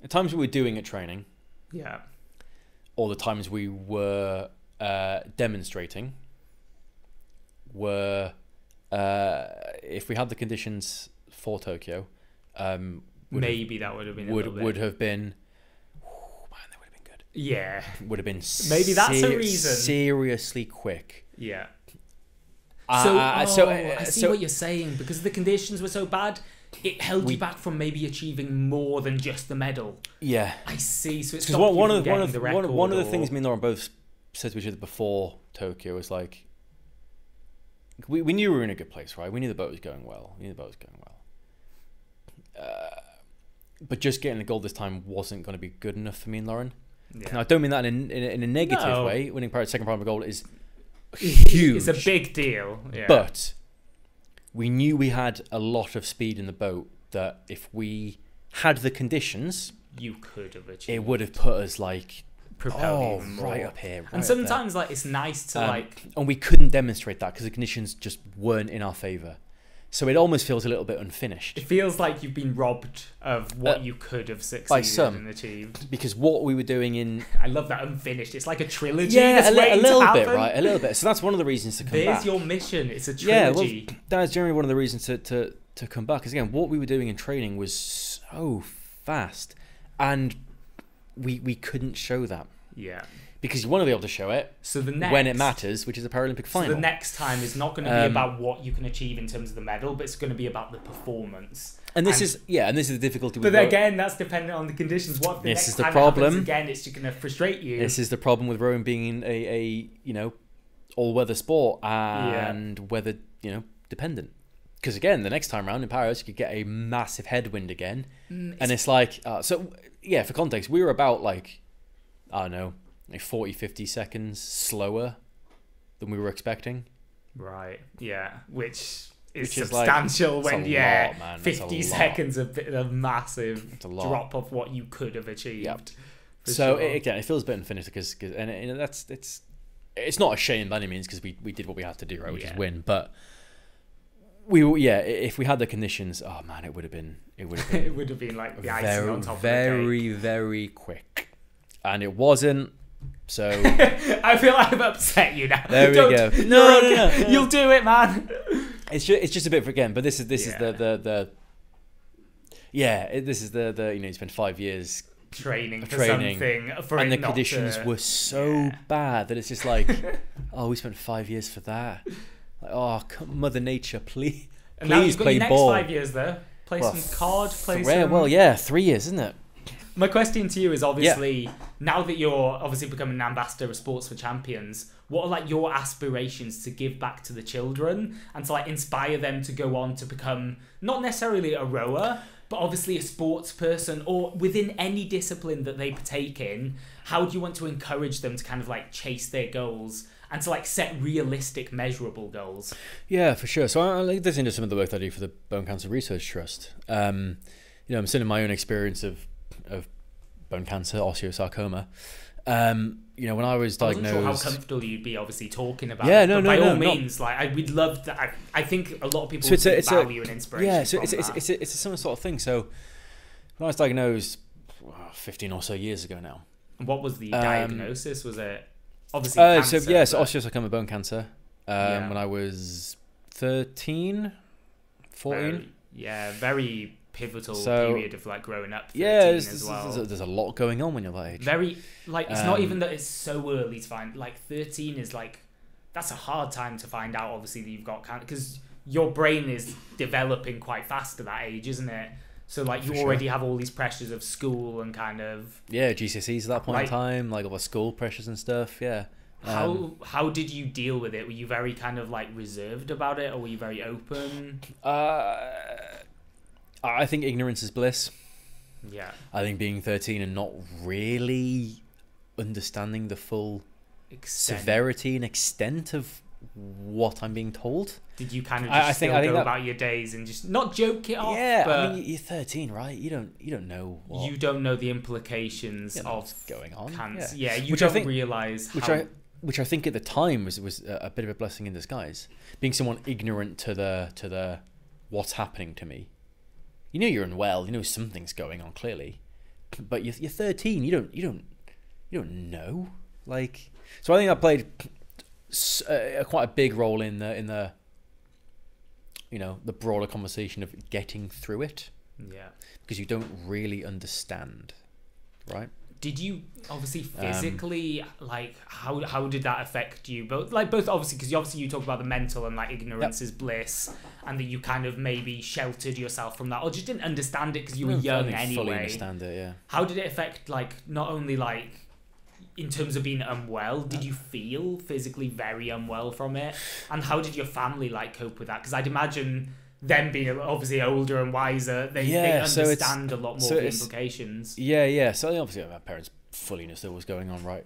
S2: the times we were doing at training,
S1: yeah,
S2: or the times we were uh, demonstrating, were uh, if we had the conditions for Tokyo, um, would have-
S1: maybe that would have been a
S2: would
S1: little bit-
S2: would have been. Ooh, man, that would have been good.
S1: yeah,
S2: Would have been
S1: Maybe that's a
S2: ser-
S1: reason.
S2: Seriously quick.
S1: yeah.
S2: So,
S1: So,
S2: uh, so,
S1: oh,
S2: uh,
S1: I see
S2: so
S1: what you're saying because the conditions were so bad, it held
S2: We-
S1: you back from maybe achieving more than just the medal.
S2: yeah,
S1: I see. So it's
S2: because one,
S1: you
S2: one
S1: from
S2: of the, one
S1: getting the
S2: of the one,
S1: record
S2: one of the
S1: or-
S2: things me and Lauren both said to each other before Tokyo was like, we, we knew we were in a good place, right? We knew the boat was going well. We knew the boat was going well. Uh, but just getting the gold this time wasn't going to be good enough for me and Lauren.
S1: Yeah.
S2: Now, I don't mean that in a, in a, in a negative
S1: No.
S2: way. Winning Paris second prime gold is
S1: It's
S2: huge,
S1: a big deal. Yeah.
S2: but we knew we had a lot of speed in the boat. That if we had the conditions,
S1: you could have achieved
S2: it would have put us like
S1: propelled
S2: oh,
S1: even more.
S2: right up here. right up
S1: and
S2: there.
S1: sometimes like it's nice to
S2: Um,
S1: like
S2: and we couldn't demonstrate that because the conditions just weren't in our favor. So it almost feels a little bit unfinished
S1: it feels like you've been robbed of what
S2: Uh,
S1: you could have succeeded
S2: some.
S1: and achieved.
S2: because what we were doing in
S1: I love that unfinished. It's like a trilogy.
S2: yeah
S1: that's
S2: a, li- a
S1: waiting to
S2: little bit
S1: happen.
S2: right a little bit. So that's one of the reasons to come
S1: There's
S2: back.
S1: your mission. It's a
S2: Yeah, well,
S1: trilogy.
S2: that is generally one of the reasons to to to come back. Because again, what we were doing in training was so fast, and we we couldn't show that
S1: yeah.
S2: because you want to be able to show it
S1: So the next
S2: when it matters, which is the Paralympic
S1: So
S2: final.
S1: the next time is not going to be
S2: Um,
S1: about what you can achieve in terms of the medal, but it's going to be about the performance.
S2: and this
S1: and-
S2: is yeah, and this is the difficulty.
S1: But
S2: with Ro-
S1: again, that's dependent on the conditions. What if the
S2: This
S1: next
S2: is the
S1: time it happens
S2: problem.
S1: again, it's just going to frustrate you.
S2: This is the problem with rowing being a, a you know all weather sport and weather you know dependent. Because again, the next time round in Paris, you could get a massive headwind again, and it's like uh, so. Yeah, for context, we were about like I don't know, like 40, 50 seconds slower than we were expecting.
S1: Right. Yeah. Which is
S2: Which is like-
S1: substantial
S2: it's a
S1: when yeah,
S2: lot, man, it's a
S1: fifty
S2: lot.
S1: seconds of a massive
S2: a lot.
S1: drop of what you could have achieved.
S2: so
S3: sure.
S2: it, again, it feels a bit unfinished because, cause, and it- you know, that's it's it's not a shame by any means because we, we did what we had to do right, which
S1: Yeah.
S2: is win. But we were- yeah, i- if we had the conditions, oh man, it would have been it would have been
S1: it would have been like the icing
S2: very
S1: on top of the
S2: very very quick, and it wasn't. So
S1: cake. I feel I've upset you now.
S2: There we
S1: Don't-
S2: go.
S1: you're
S2: No,
S1: okay.
S2: no, no, no.
S1: You'll do it, man.
S2: It's just, it's just a bit for again, but this is this
S1: Yeah.
S2: is the the the yeah, it, this is the the you know you spend five years
S1: Training for
S2: Training.
S1: something for
S2: and
S1: it
S2: the
S1: not
S2: conditions
S1: to-
S2: were so bad that it's just like, oh, we spent five years for that. Like, oh, come, Mother Nature, please,
S1: And now
S2: please
S1: you've got
S2: play
S1: your next
S2: ball.
S1: five years though. Play
S2: Well,
S1: some card. Play
S2: Three-
S1: some.
S2: Well, yeah, three years, isn't it?
S1: My question to you is obviously now that you're obviously becoming an ambassador of Sports for Champions, what are like your aspirations to give back to the children and to like inspire them to go on to become not necessarily a rower, but obviously a sports person or within any discipline that they partake in? How do you want to encourage them to kind of like chase their goals and to like set realistic, measurable goals?
S2: Yeah, for sure. So I, I like this into some of the work that I do for the Bone Cancer Research Trust. Um, you know, I'm sitting in my own experience of of bone cancer, osteosarcoma. Um, you know, when I was
S1: I wasn't
S2: diagnosed,
S1: sure how comfortable you'd be obviously talking about
S2: Yeah,
S1: it,
S2: no,
S1: but
S2: no,
S1: by
S2: no,
S1: all
S2: not-
S1: means, like I, we'd love to. I, I think a lot of people
S2: So it's a-
S1: would
S2: it's a-
S1: value and inspiration.
S2: yeah so
S1: from
S2: it's it's,
S1: that.
S2: it's, a, it's a similar sort of thing so when i was diagnosed well, 15 or so years ago now
S1: And what was the
S2: um,
S1: diagnosis? Was it obviously?
S2: uh,
S1: cancer,
S2: so yeah so
S1: but-
S2: osteosarcoma bone cancer um,
S1: Yeah.
S2: when i was 13 14
S1: Very, yeah, very pivotal
S2: So-
S1: period of like growing up. 13
S2: yeah there's,
S1: as
S2: there's-
S1: well.
S2: there's, there's a lot going on when you're that age
S1: very like it's not
S2: Um,
S1: even that it's so early to find. Like thirteen is like that's a hard time to find out. Obviously that you've got cancer because your brain is developing quite fast at that age, isn't it? So like you
S2: For sure.
S1: already have all these pressures of school and kind of
S2: yeah gcse's at that point
S1: Like-
S2: in time like all the school pressures and stuff yeah
S1: How
S2: Um,
S1: how did you deal with it? Were you very kind of like reserved about it, or were you very open?
S2: uh, i think ignorance is bliss
S1: Yeah,
S2: i think being 13 and not really understanding the full
S1: extent.
S2: severity and extent of what I'm being told.
S1: Did you kind of
S2: I-
S1: just
S2: I think-
S1: still
S2: I think
S1: go
S2: that-
S1: about your days and just not joke it off?
S2: yeah,
S1: Oh, but
S2: I mean, you're 13, right? You don't you don't know what
S1: you don't know the implications
S2: you know
S1: of
S2: what's going on.
S1: cancer.
S2: yeah.
S1: Yeah, you
S2: Which I
S1: don't
S2: think-
S1: realize
S2: Which
S1: how.
S2: I which I think at the time was was a a bit of a blessing in disguise. Being someone ignorant to the to the what's happening to me. You know you're unwell. You know something's going on clearly, but you're, you're 13. You don't you don't you don't know like. So I think I played s- uh, quite a big role in the in the you know the broader conversation of getting through it
S1: yeah.
S2: because you don't really understand, right?
S1: Did you obviously
S2: Um,
S1: physically like how how did that affect you? Both like both obviously because obviously you talk about the mental and like ignorance is bliss, and that you kind of maybe sheltered yourself from that or just didn't understand it because you were
S2: I don't
S1: young
S2: think Fully
S1: Hmm. anyway.
S2: understand it, yeah.
S1: how did it affect like not only like in terms of being unwell did you feel physically very unwell from it and how did your family like cope with that because i'd imagine them being obviously older and wiser they, they
S2: Yeah, so it's-
S1: understand a lot more
S2: so
S1: of the
S2: it's-
S1: implications
S2: Yeah, yeah. So obviously my parents fully understood what was going on, right?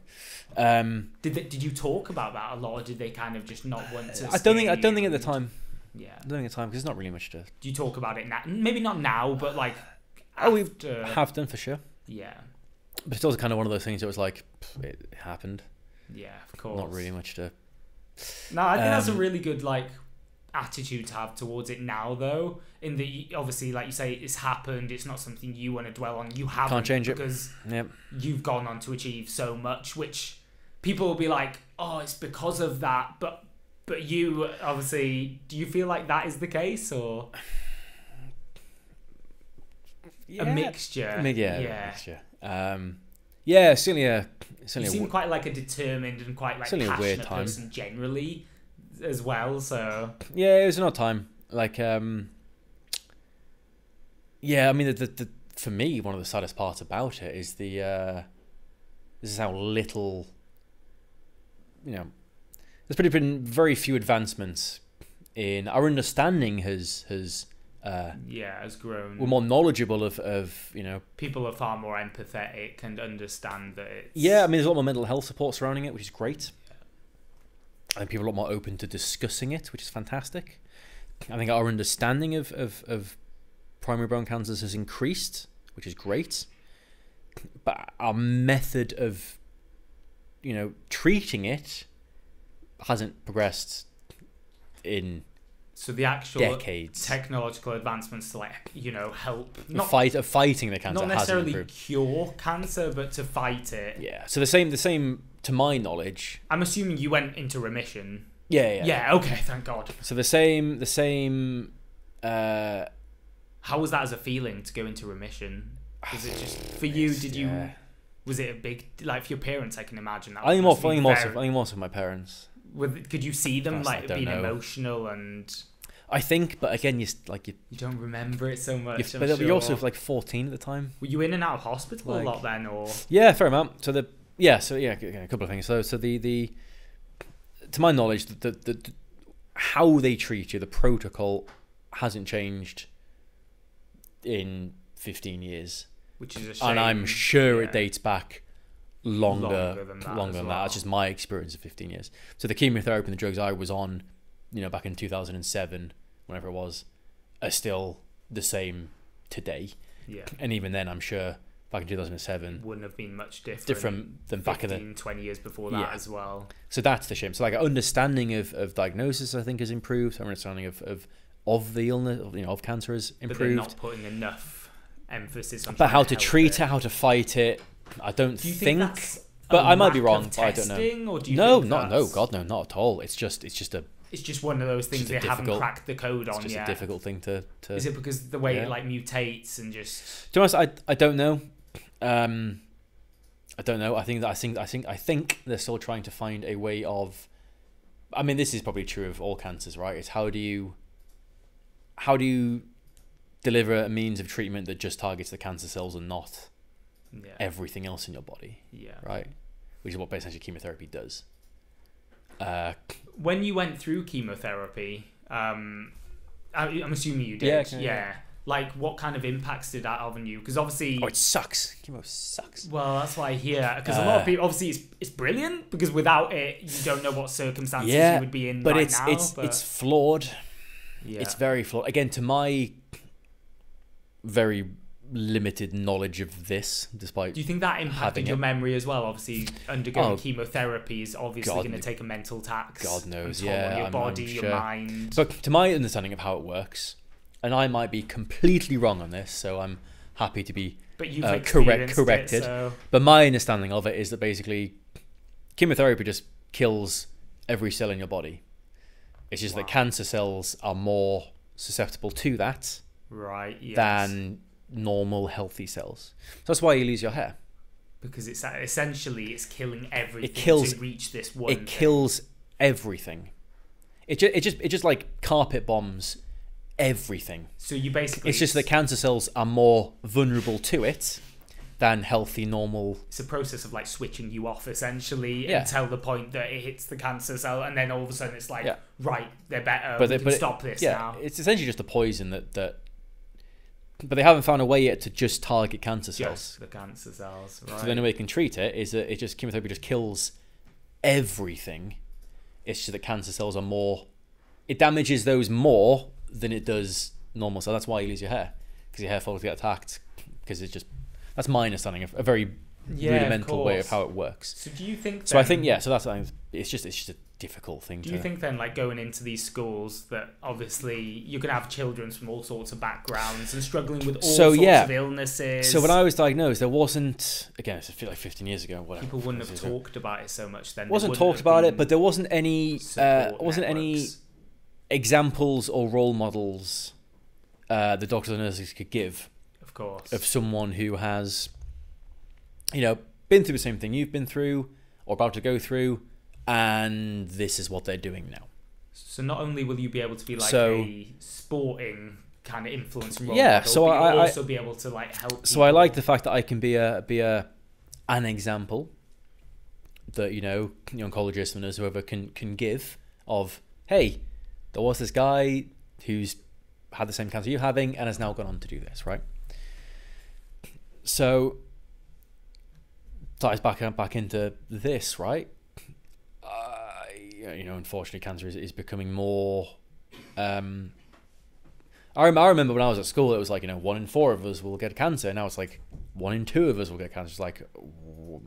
S2: Um,
S1: did, they, did you talk about that a lot or did they kind of just not want to
S2: I don't think
S1: scare
S2: I don't think at
S1: you?
S2: the time.
S1: yeah
S2: I don't think at the time because there's not really much to.
S1: do you talk about it now maybe not now but like
S2: Oh, we've
S1: after-
S2: have done for sure,
S1: yeah
S2: but it's also kind of one of those things that was like pff, it happened.
S1: yeah of course
S2: Not really much to.
S1: No, I think that's a
S2: Um,
S1: really good like attitude to have towards it now, though. In that, you, obviously, like you say, it's happened. It's not something you want to dwell on. You haven't
S2: change it.
S1: because
S2: Yeah,
S1: you've gone on to achieve so much, which people will be like, "Oh, it's because of that." But but you obviously, do you feel like that is the case or a mixture?
S2: I mean, yeah,
S1: yeah.
S2: mixture. Um, yeah, certainly a
S1: You
S2: certainly. a
S1: seem
S2: w-
S1: quite like a determined and quite like
S2: Certainly a
S1: passionate
S2: weird time.
S1: person generally, as well. So
S2: yeah, it was an odd time. Like, um, yeah, I mean, the, the, the for me, one of the saddest parts about it is the uh, this is how little, you know, there's pretty been very few advancements in our understanding has has uh,
S1: yeah, has grown.
S2: we're more knowledgeable of of you know
S1: people are far more empathetic and understand that it's
S2: Yeah, I mean, there's a lot more mental health support surrounding it, which is great. I think people are a lot more open to discussing it, which is fantastic. I think our understanding of, of, of primary bone cancers has increased, which is great. but our method of, you know, treating it hasn't progressed in
S1: So uh, the actual
S2: decades.
S1: technological advancements to like you know help
S2: The
S1: not
S2: fight of fighting the cancer
S1: not
S2: hasn't
S1: necessarily
S2: improved.
S1: cure cancer, but to fight it.
S2: Yeah. So the same, the same to my knowledge.
S1: I'm assuming you went into remission.
S2: Yeah. Yeah.
S1: Yeah. okay. Thank God.
S2: So the same, the same. Uh,
S1: How was that as a feeling to go into remission? Is it just for you? Did you?
S2: yeah.
S1: Was it a big like for your parents? I can imagine that.
S2: I think more, I
S1: must be
S2: think more, so, I
S1: very-
S2: think more so my parents.
S1: with- could you see them
S2: Honestly, I
S1: like
S2: don't
S1: being
S2: know.
S1: emotional and
S2: I think, but again, you s- like you,
S1: you don't remember it so much?
S2: you
S1: I'm
S2: but you're also
S1: sure.
S2: like 14 at the time.
S1: were you in and out of hospital
S2: like-
S1: a lot then, or
S2: Yeah, fair amount. So the yeah, so yeah, a a couple of things. So so the the to my knowledge, the the, the how they treat you, the protocol hasn't changed in 15 years,
S1: which is a shame.
S2: and I'm sure
S1: yeah.
S2: it dates back longer
S1: Longer
S2: longer
S1: than that
S2: than that.
S1: as well.
S2: That's just my experience of 15 years. So the chemotherapy and the drugs I was on, you know, back in 2007, whenever it was, are still the same today.
S1: Yeah,
S2: And even then, I'm sure back in 2007
S1: wouldn't have been much different.
S2: different than back in the
S1: 15, 20 years before that
S2: Yeah.
S1: as well.
S2: so that's the shame so like our understanding of, of diagnosis i think has improved our understanding of of, of the illness of, you know of cancer has
S1: But they're
S2: improved but,
S1: not putting enough emphasis on.
S2: how to
S1: help
S2: treat
S1: it.
S2: it how to fight it i don't
S1: Do you
S2: think,
S1: think, that's
S2: but
S1: a
S2: I might
S1: lack
S2: be
S1: of
S2: wrong, but I don't know.
S1: testing, Or do you
S2: no
S1: think
S2: not no
S1: that's-
S2: god no not at all it's just it's just a
S1: It's just one of those things
S2: just a
S1: they haven't
S2: difficult-
S1: cracked the code
S2: it's
S1: on
S2: just
S1: yet.
S2: a difficult thing to to
S1: Is it because the way
S2: Yeah.
S1: it like mutates and just
S2: to be honest i i don't know um i don't know i think that i think i think i think they're still trying to find a way of i mean this is probably true of all cancers right it's how do you how do you deliver a means of treatment that just targets the cancer cells and not
S1: yeah
S2: everything else in your body
S1: yeah?
S2: right which is what basically chemotherapy does uh
S1: When you went through chemotherapy, um, I, I'm assuming you did.
S2: Yeah,
S1: Yeah,
S2: kinda,
S1: Like, what kind of impacts did that have on you? Because obviously,
S2: oh it sucks chemo sucks
S1: well, that's why here. Because a lot
S2: Uh,
S1: of people, obviously, it's it's brilliant because without it, you don't know what circumstances
S2: Yeah,
S1: you would be in
S2: but
S1: right
S2: it's
S1: now.
S2: it's
S1: but
S2: it's flawed
S1: yeah.
S2: It's very flawed. Again, to my very limited knowledge of this, despite
S1: Do you think that
S2: having
S1: impacted your
S2: it.
S1: memory as well? Obviously, undergoing
S2: Oh,
S1: chemotherapy is obviously
S2: God
S1: going to
S2: kn-
S1: take a mental tax.
S2: God knows,
S1: and toll on
S2: yeah,
S1: your
S2: I'm-
S1: body,
S2: I'm
S1: your
S2: sure.
S1: mind.
S2: but to my understanding of how it works, and I might be completely wrong on this, so I'm happy to be.
S1: But you've
S2: uh, correct-
S1: experienced it,
S2: corrected.
S1: so-
S2: But my understanding of it is that basically, chemotherapy just kills every cell in your body. It's just
S1: Wow.
S2: that cancer cells are more susceptible to that
S1: right? Yes.
S2: than normal healthy cells. So that's why you lose your hair.
S1: because it's uh, essentially it's killing everything
S2: kills-
S1: to reach this one.
S2: it kills everything. It just, it just it just like carpet bombs everything.
S1: So you basically
S2: It's just that cancer cells are more vulnerable to it than healthy normal.
S1: it's a process of like switching you off essentially
S2: Yeah.
S1: until the point that it hits the cancer cell, and then all of a sudden it's like
S2: Yeah.
S1: right, they're better. we
S2: they-
S1: can stop
S2: it,
S1: this
S2: yeah,
S1: now.
S2: it's essentially just a poison that that. But they haven't found a way yet to just target cancer cells.
S1: Just the cancer cells, right?
S2: So the only way they can treat it is that it just chemotherapy just kills everything. It's just that cancer cells are more. It damages those more than it does normal. So that's why you lose your hair because your hair follicles get attacked because it's just. That's my understanding of a very
S1: Yeah, of
S2: rudimental way of
S1: course.
S2: how it works.
S1: so do you think?
S2: So I
S1: then-
S2: think yeah. So that's I think it's just it's just a difficult thing
S1: Do
S2: to.
S1: you think then, like going into these schools, that obviously you're gonna have children from all sorts of backgrounds and struggling with all
S2: So,
S1: sorts
S2: yeah.
S1: of illnesses?
S2: so when I was diagnosed, there wasn't again. It's feel like fifteen years ago. Whatever.
S1: people wouldn't
S2: this
S1: have
S2: is a-
S1: talked about it so much then. They
S2: Wasn't
S1: wouldn't
S2: talked
S1: have
S2: about it,
S1: been
S2: but there wasn't any. Uh,
S1: support
S2: wasn't any
S1: networks.
S2: examples or role models uh, the doctors and nurses could give
S1: of course
S2: of someone who has, you know, been through the same thing you've been through or about to go through, and this is what they're doing now.
S1: So not only will you be able to be like
S2: So-
S1: a sporting kind of influence role,
S2: Yeah,
S1: model,
S2: so
S1: but you'll
S2: I- I-
S1: also be able to like help.
S2: So I
S1: people.
S2: like the fact that I can be a be a an example that you know the oncologist and nurse whoever can can give of hey, there was this guy who's had the same cancer you're having and has now gone on to do this right. So ties back uh, back into this right. Uh, you know, unfortunately, cancer is, is becoming more um, I, rem- I remember when I was at school, it was like, you know, one in four of us will get cancer. Now it's like one in two of us will get cancer. It's like, w-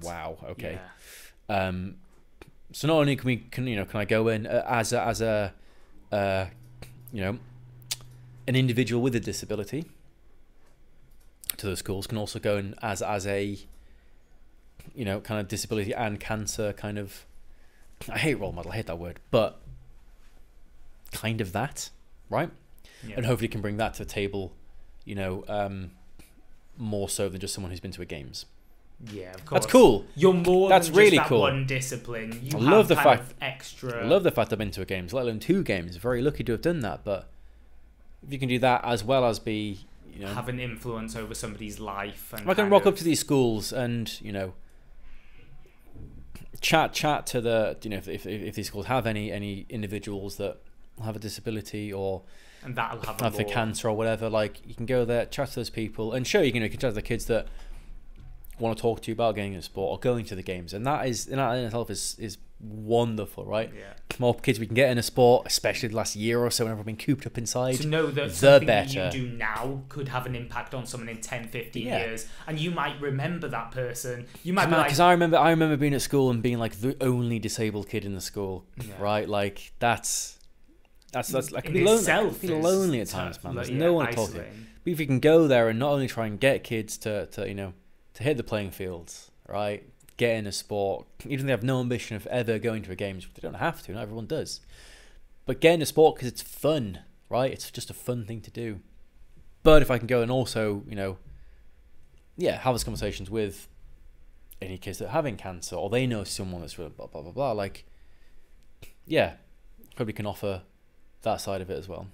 S2: wow, okay.
S1: Yeah.
S2: Um, so not only can we can you know can I go in uh, as a, as a uh, you know an individual with a disability to those schools can also go in as as a you know kind of disability and cancer kind of I hate role model I hate that word but kind of that right
S1: Yeah.
S2: and hopefully can bring that to the table you know um, more so than just someone who's been to a games
S1: Yeah, of course.
S2: that's cool
S1: You're more
S2: That's
S1: than
S2: really
S1: just that
S2: cool.
S1: one discipline. You
S2: I
S1: have
S2: love the
S1: kind
S2: fact-
S1: of extra.
S2: I love the fact I've been to a games, let alone two games. Very lucky to have done that, but if you can do that as well as be, you know,
S1: have an influence over somebodydy's life. And
S2: if I can
S1: kind
S2: rock
S1: of-
S2: up to these schools and you know, chat chat to the you know if if, if these schools have any any individuals that have a disability or
S1: and that'll have a
S2: have the
S1: more-
S2: cancer or whatever, like you can go there, chat to those people, and sure you can, you can chat to the kids that want to talk to you about getting into sport or going to the games, and that is and that in itself is is wonderful, right?
S1: Yeah.
S2: more kids we can get in a sport, especially the last year or so when everyone's been cooped up inside.
S1: To know that
S2: the
S1: something
S2: better.
S1: that you do now could have an impact on someone in 10, 15
S2: Yeah.
S1: years, and you might remember that person. You might be like,
S2: Because I remember, I remember being at school and being like the only disabled kid in the school,
S1: Yeah.
S2: right? Like that's that's that's like I
S1: in
S2: can be lonely. I
S1: itself
S2: can feel
S1: is
S2: lonely at
S1: tough,
S2: times, man.
S1: like,
S2: There's
S1: yeah,
S2: no one to talk to. But
S1: isolating.
S2: if you can go there and not only try and get kids to to you know to hit the playing fields, right? Get in a sport, even if they have no ambition of ever going to a games, they don't have to. Not everyone does, but get in a sport because it's fun, right? It's just a fun thing to do. But if I can go and also, you know, yeah, have those conversations with any kids that are having cancer or they know someone that's really blah blah blah blah, like yeah, probably can offer that side of it as well.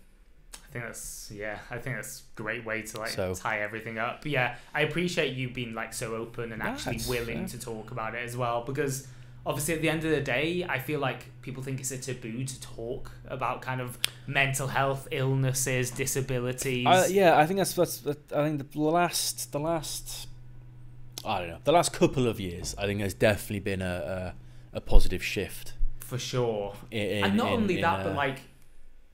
S1: I think that's yeah. I think that's a great way to like
S2: So-
S1: tie everything up. But yeah, I appreciate you being like so open and
S2: Yeah,
S1: actually
S2: it's-
S1: willing
S2: yeah.
S1: to talk about it as well because obviously at the end of the day, I feel like people think it's a taboo to talk about kind of mental health illnesses, disabilities.
S2: I, yeah, I think that's that's that, I think the last the last I don't know the last couple of years, I think there's definitely been a a, a positive shift.
S1: for sure.
S2: i- In,
S1: and not
S2: in-
S1: only
S2: in,
S1: that,
S2: uh,
S1: but like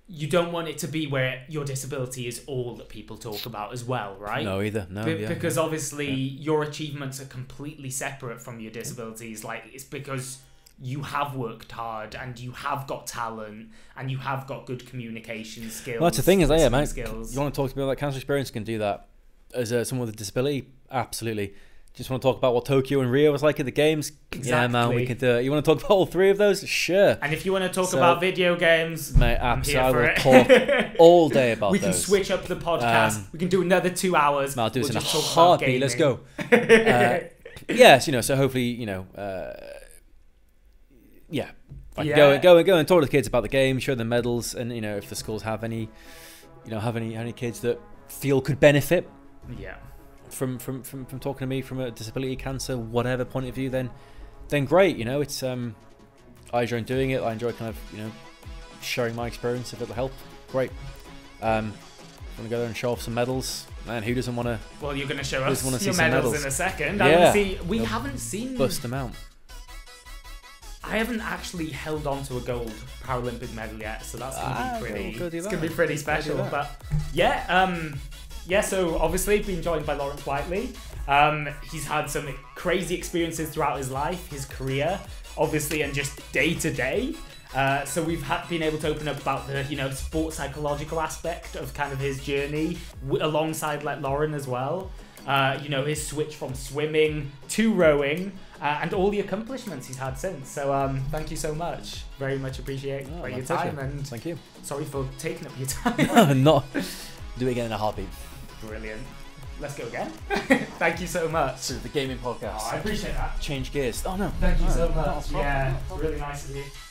S1: you don't want it to be where your disability is all that people talk about as well, right?
S2: no either no
S1: Be-
S2: Oh, yeah,
S1: because obviously your achievements are completely separate from your disabilities. Like it's because you have worked hard and you have got talent and you have got good communication skills.
S2: Well, that's the thing is, yeah,
S1: listening
S2: mate.
S1: Skills.
S2: You want to talk to me about cancer experience? Can do that as uh, someone with a disability. Absolutely. Just want to talk about what Tokyo and Rio was like at the games. Yeah, man,
S1: Exactly.
S2: we could. Uh, you want to talk about all three of those? Sure,
S1: and if you want to talk
S2: So-
S1: about video games,
S2: mate.
S1: I'm here
S2: Absolutely, I will
S1: for it.
S2: talk all day about
S1: we can
S2: those.
S1: switch up the podcast.
S2: Um,
S1: we can do another two hours.
S2: Man, I'll do this
S1: We'll
S2: in a
S1: just talk about
S2: heartbeat. Let's
S1: gaming.
S2: go. Uh, yes, you know. So hopefully, you know. Uh, yeah, I can go
S1: Yeah.
S2: and go and go and talk to the kids about the game, show them medals, and you know if the schools have any, you know, have any any kids that feel could benefit
S1: Yeah.
S2: from from from, from talking to me from a disability cancer whatever point of view then then great you know it's um i enjoy doing it i enjoy kind of you know sharing my experience if it'll help great um want to go there and show off some medals man who doesn't want to
S1: Well, you're going to show
S2: I just
S1: us
S2: wanna see
S1: your
S2: some
S1: medals,
S2: medals.
S1: in a second. I want to
S2: Yeah.
S1: see. We
S2: They'll
S1: haven't seen.
S2: bust them out
S1: I haven't actually held on to a gold Paralympic medal yet, so that's gonna be
S2: Ah, go-
S1: pretty.
S2: go do
S1: it's gonna
S2: that.
S1: be pretty
S2: Go do
S1: special.
S2: that.
S1: But yeah, um, yeah. So obviously, being joined by Lawrence Whiteley, um, he's had some crazy experiences throughout his life, his career, obviously, and just day to day. Uh, so we've ha- been able to open up about the you know sports psychological aspect of kind of his journey w- alongside like Lauren as well. Uh, you know his switch from swimming to rowing uh, and all the accomplishments he's had since. So um, thank you so much. Very much appreciate
S2: Oh,
S1: for
S2: my
S1: your
S2: pleasure.
S1: time and
S2: thank you
S1: sorry for taking up your time.
S2: not do it again in a heartbeat
S1: Brilliant. Let's go again. thank you so much.
S2: so the gaming podcast
S1: Oh, I appreciate that.
S2: change gears oh no
S1: Thank you
S2: No,
S1: so
S2: not a
S1: much.
S2: problem,
S1: Yeah,
S2: not a problem.
S1: really nice of you.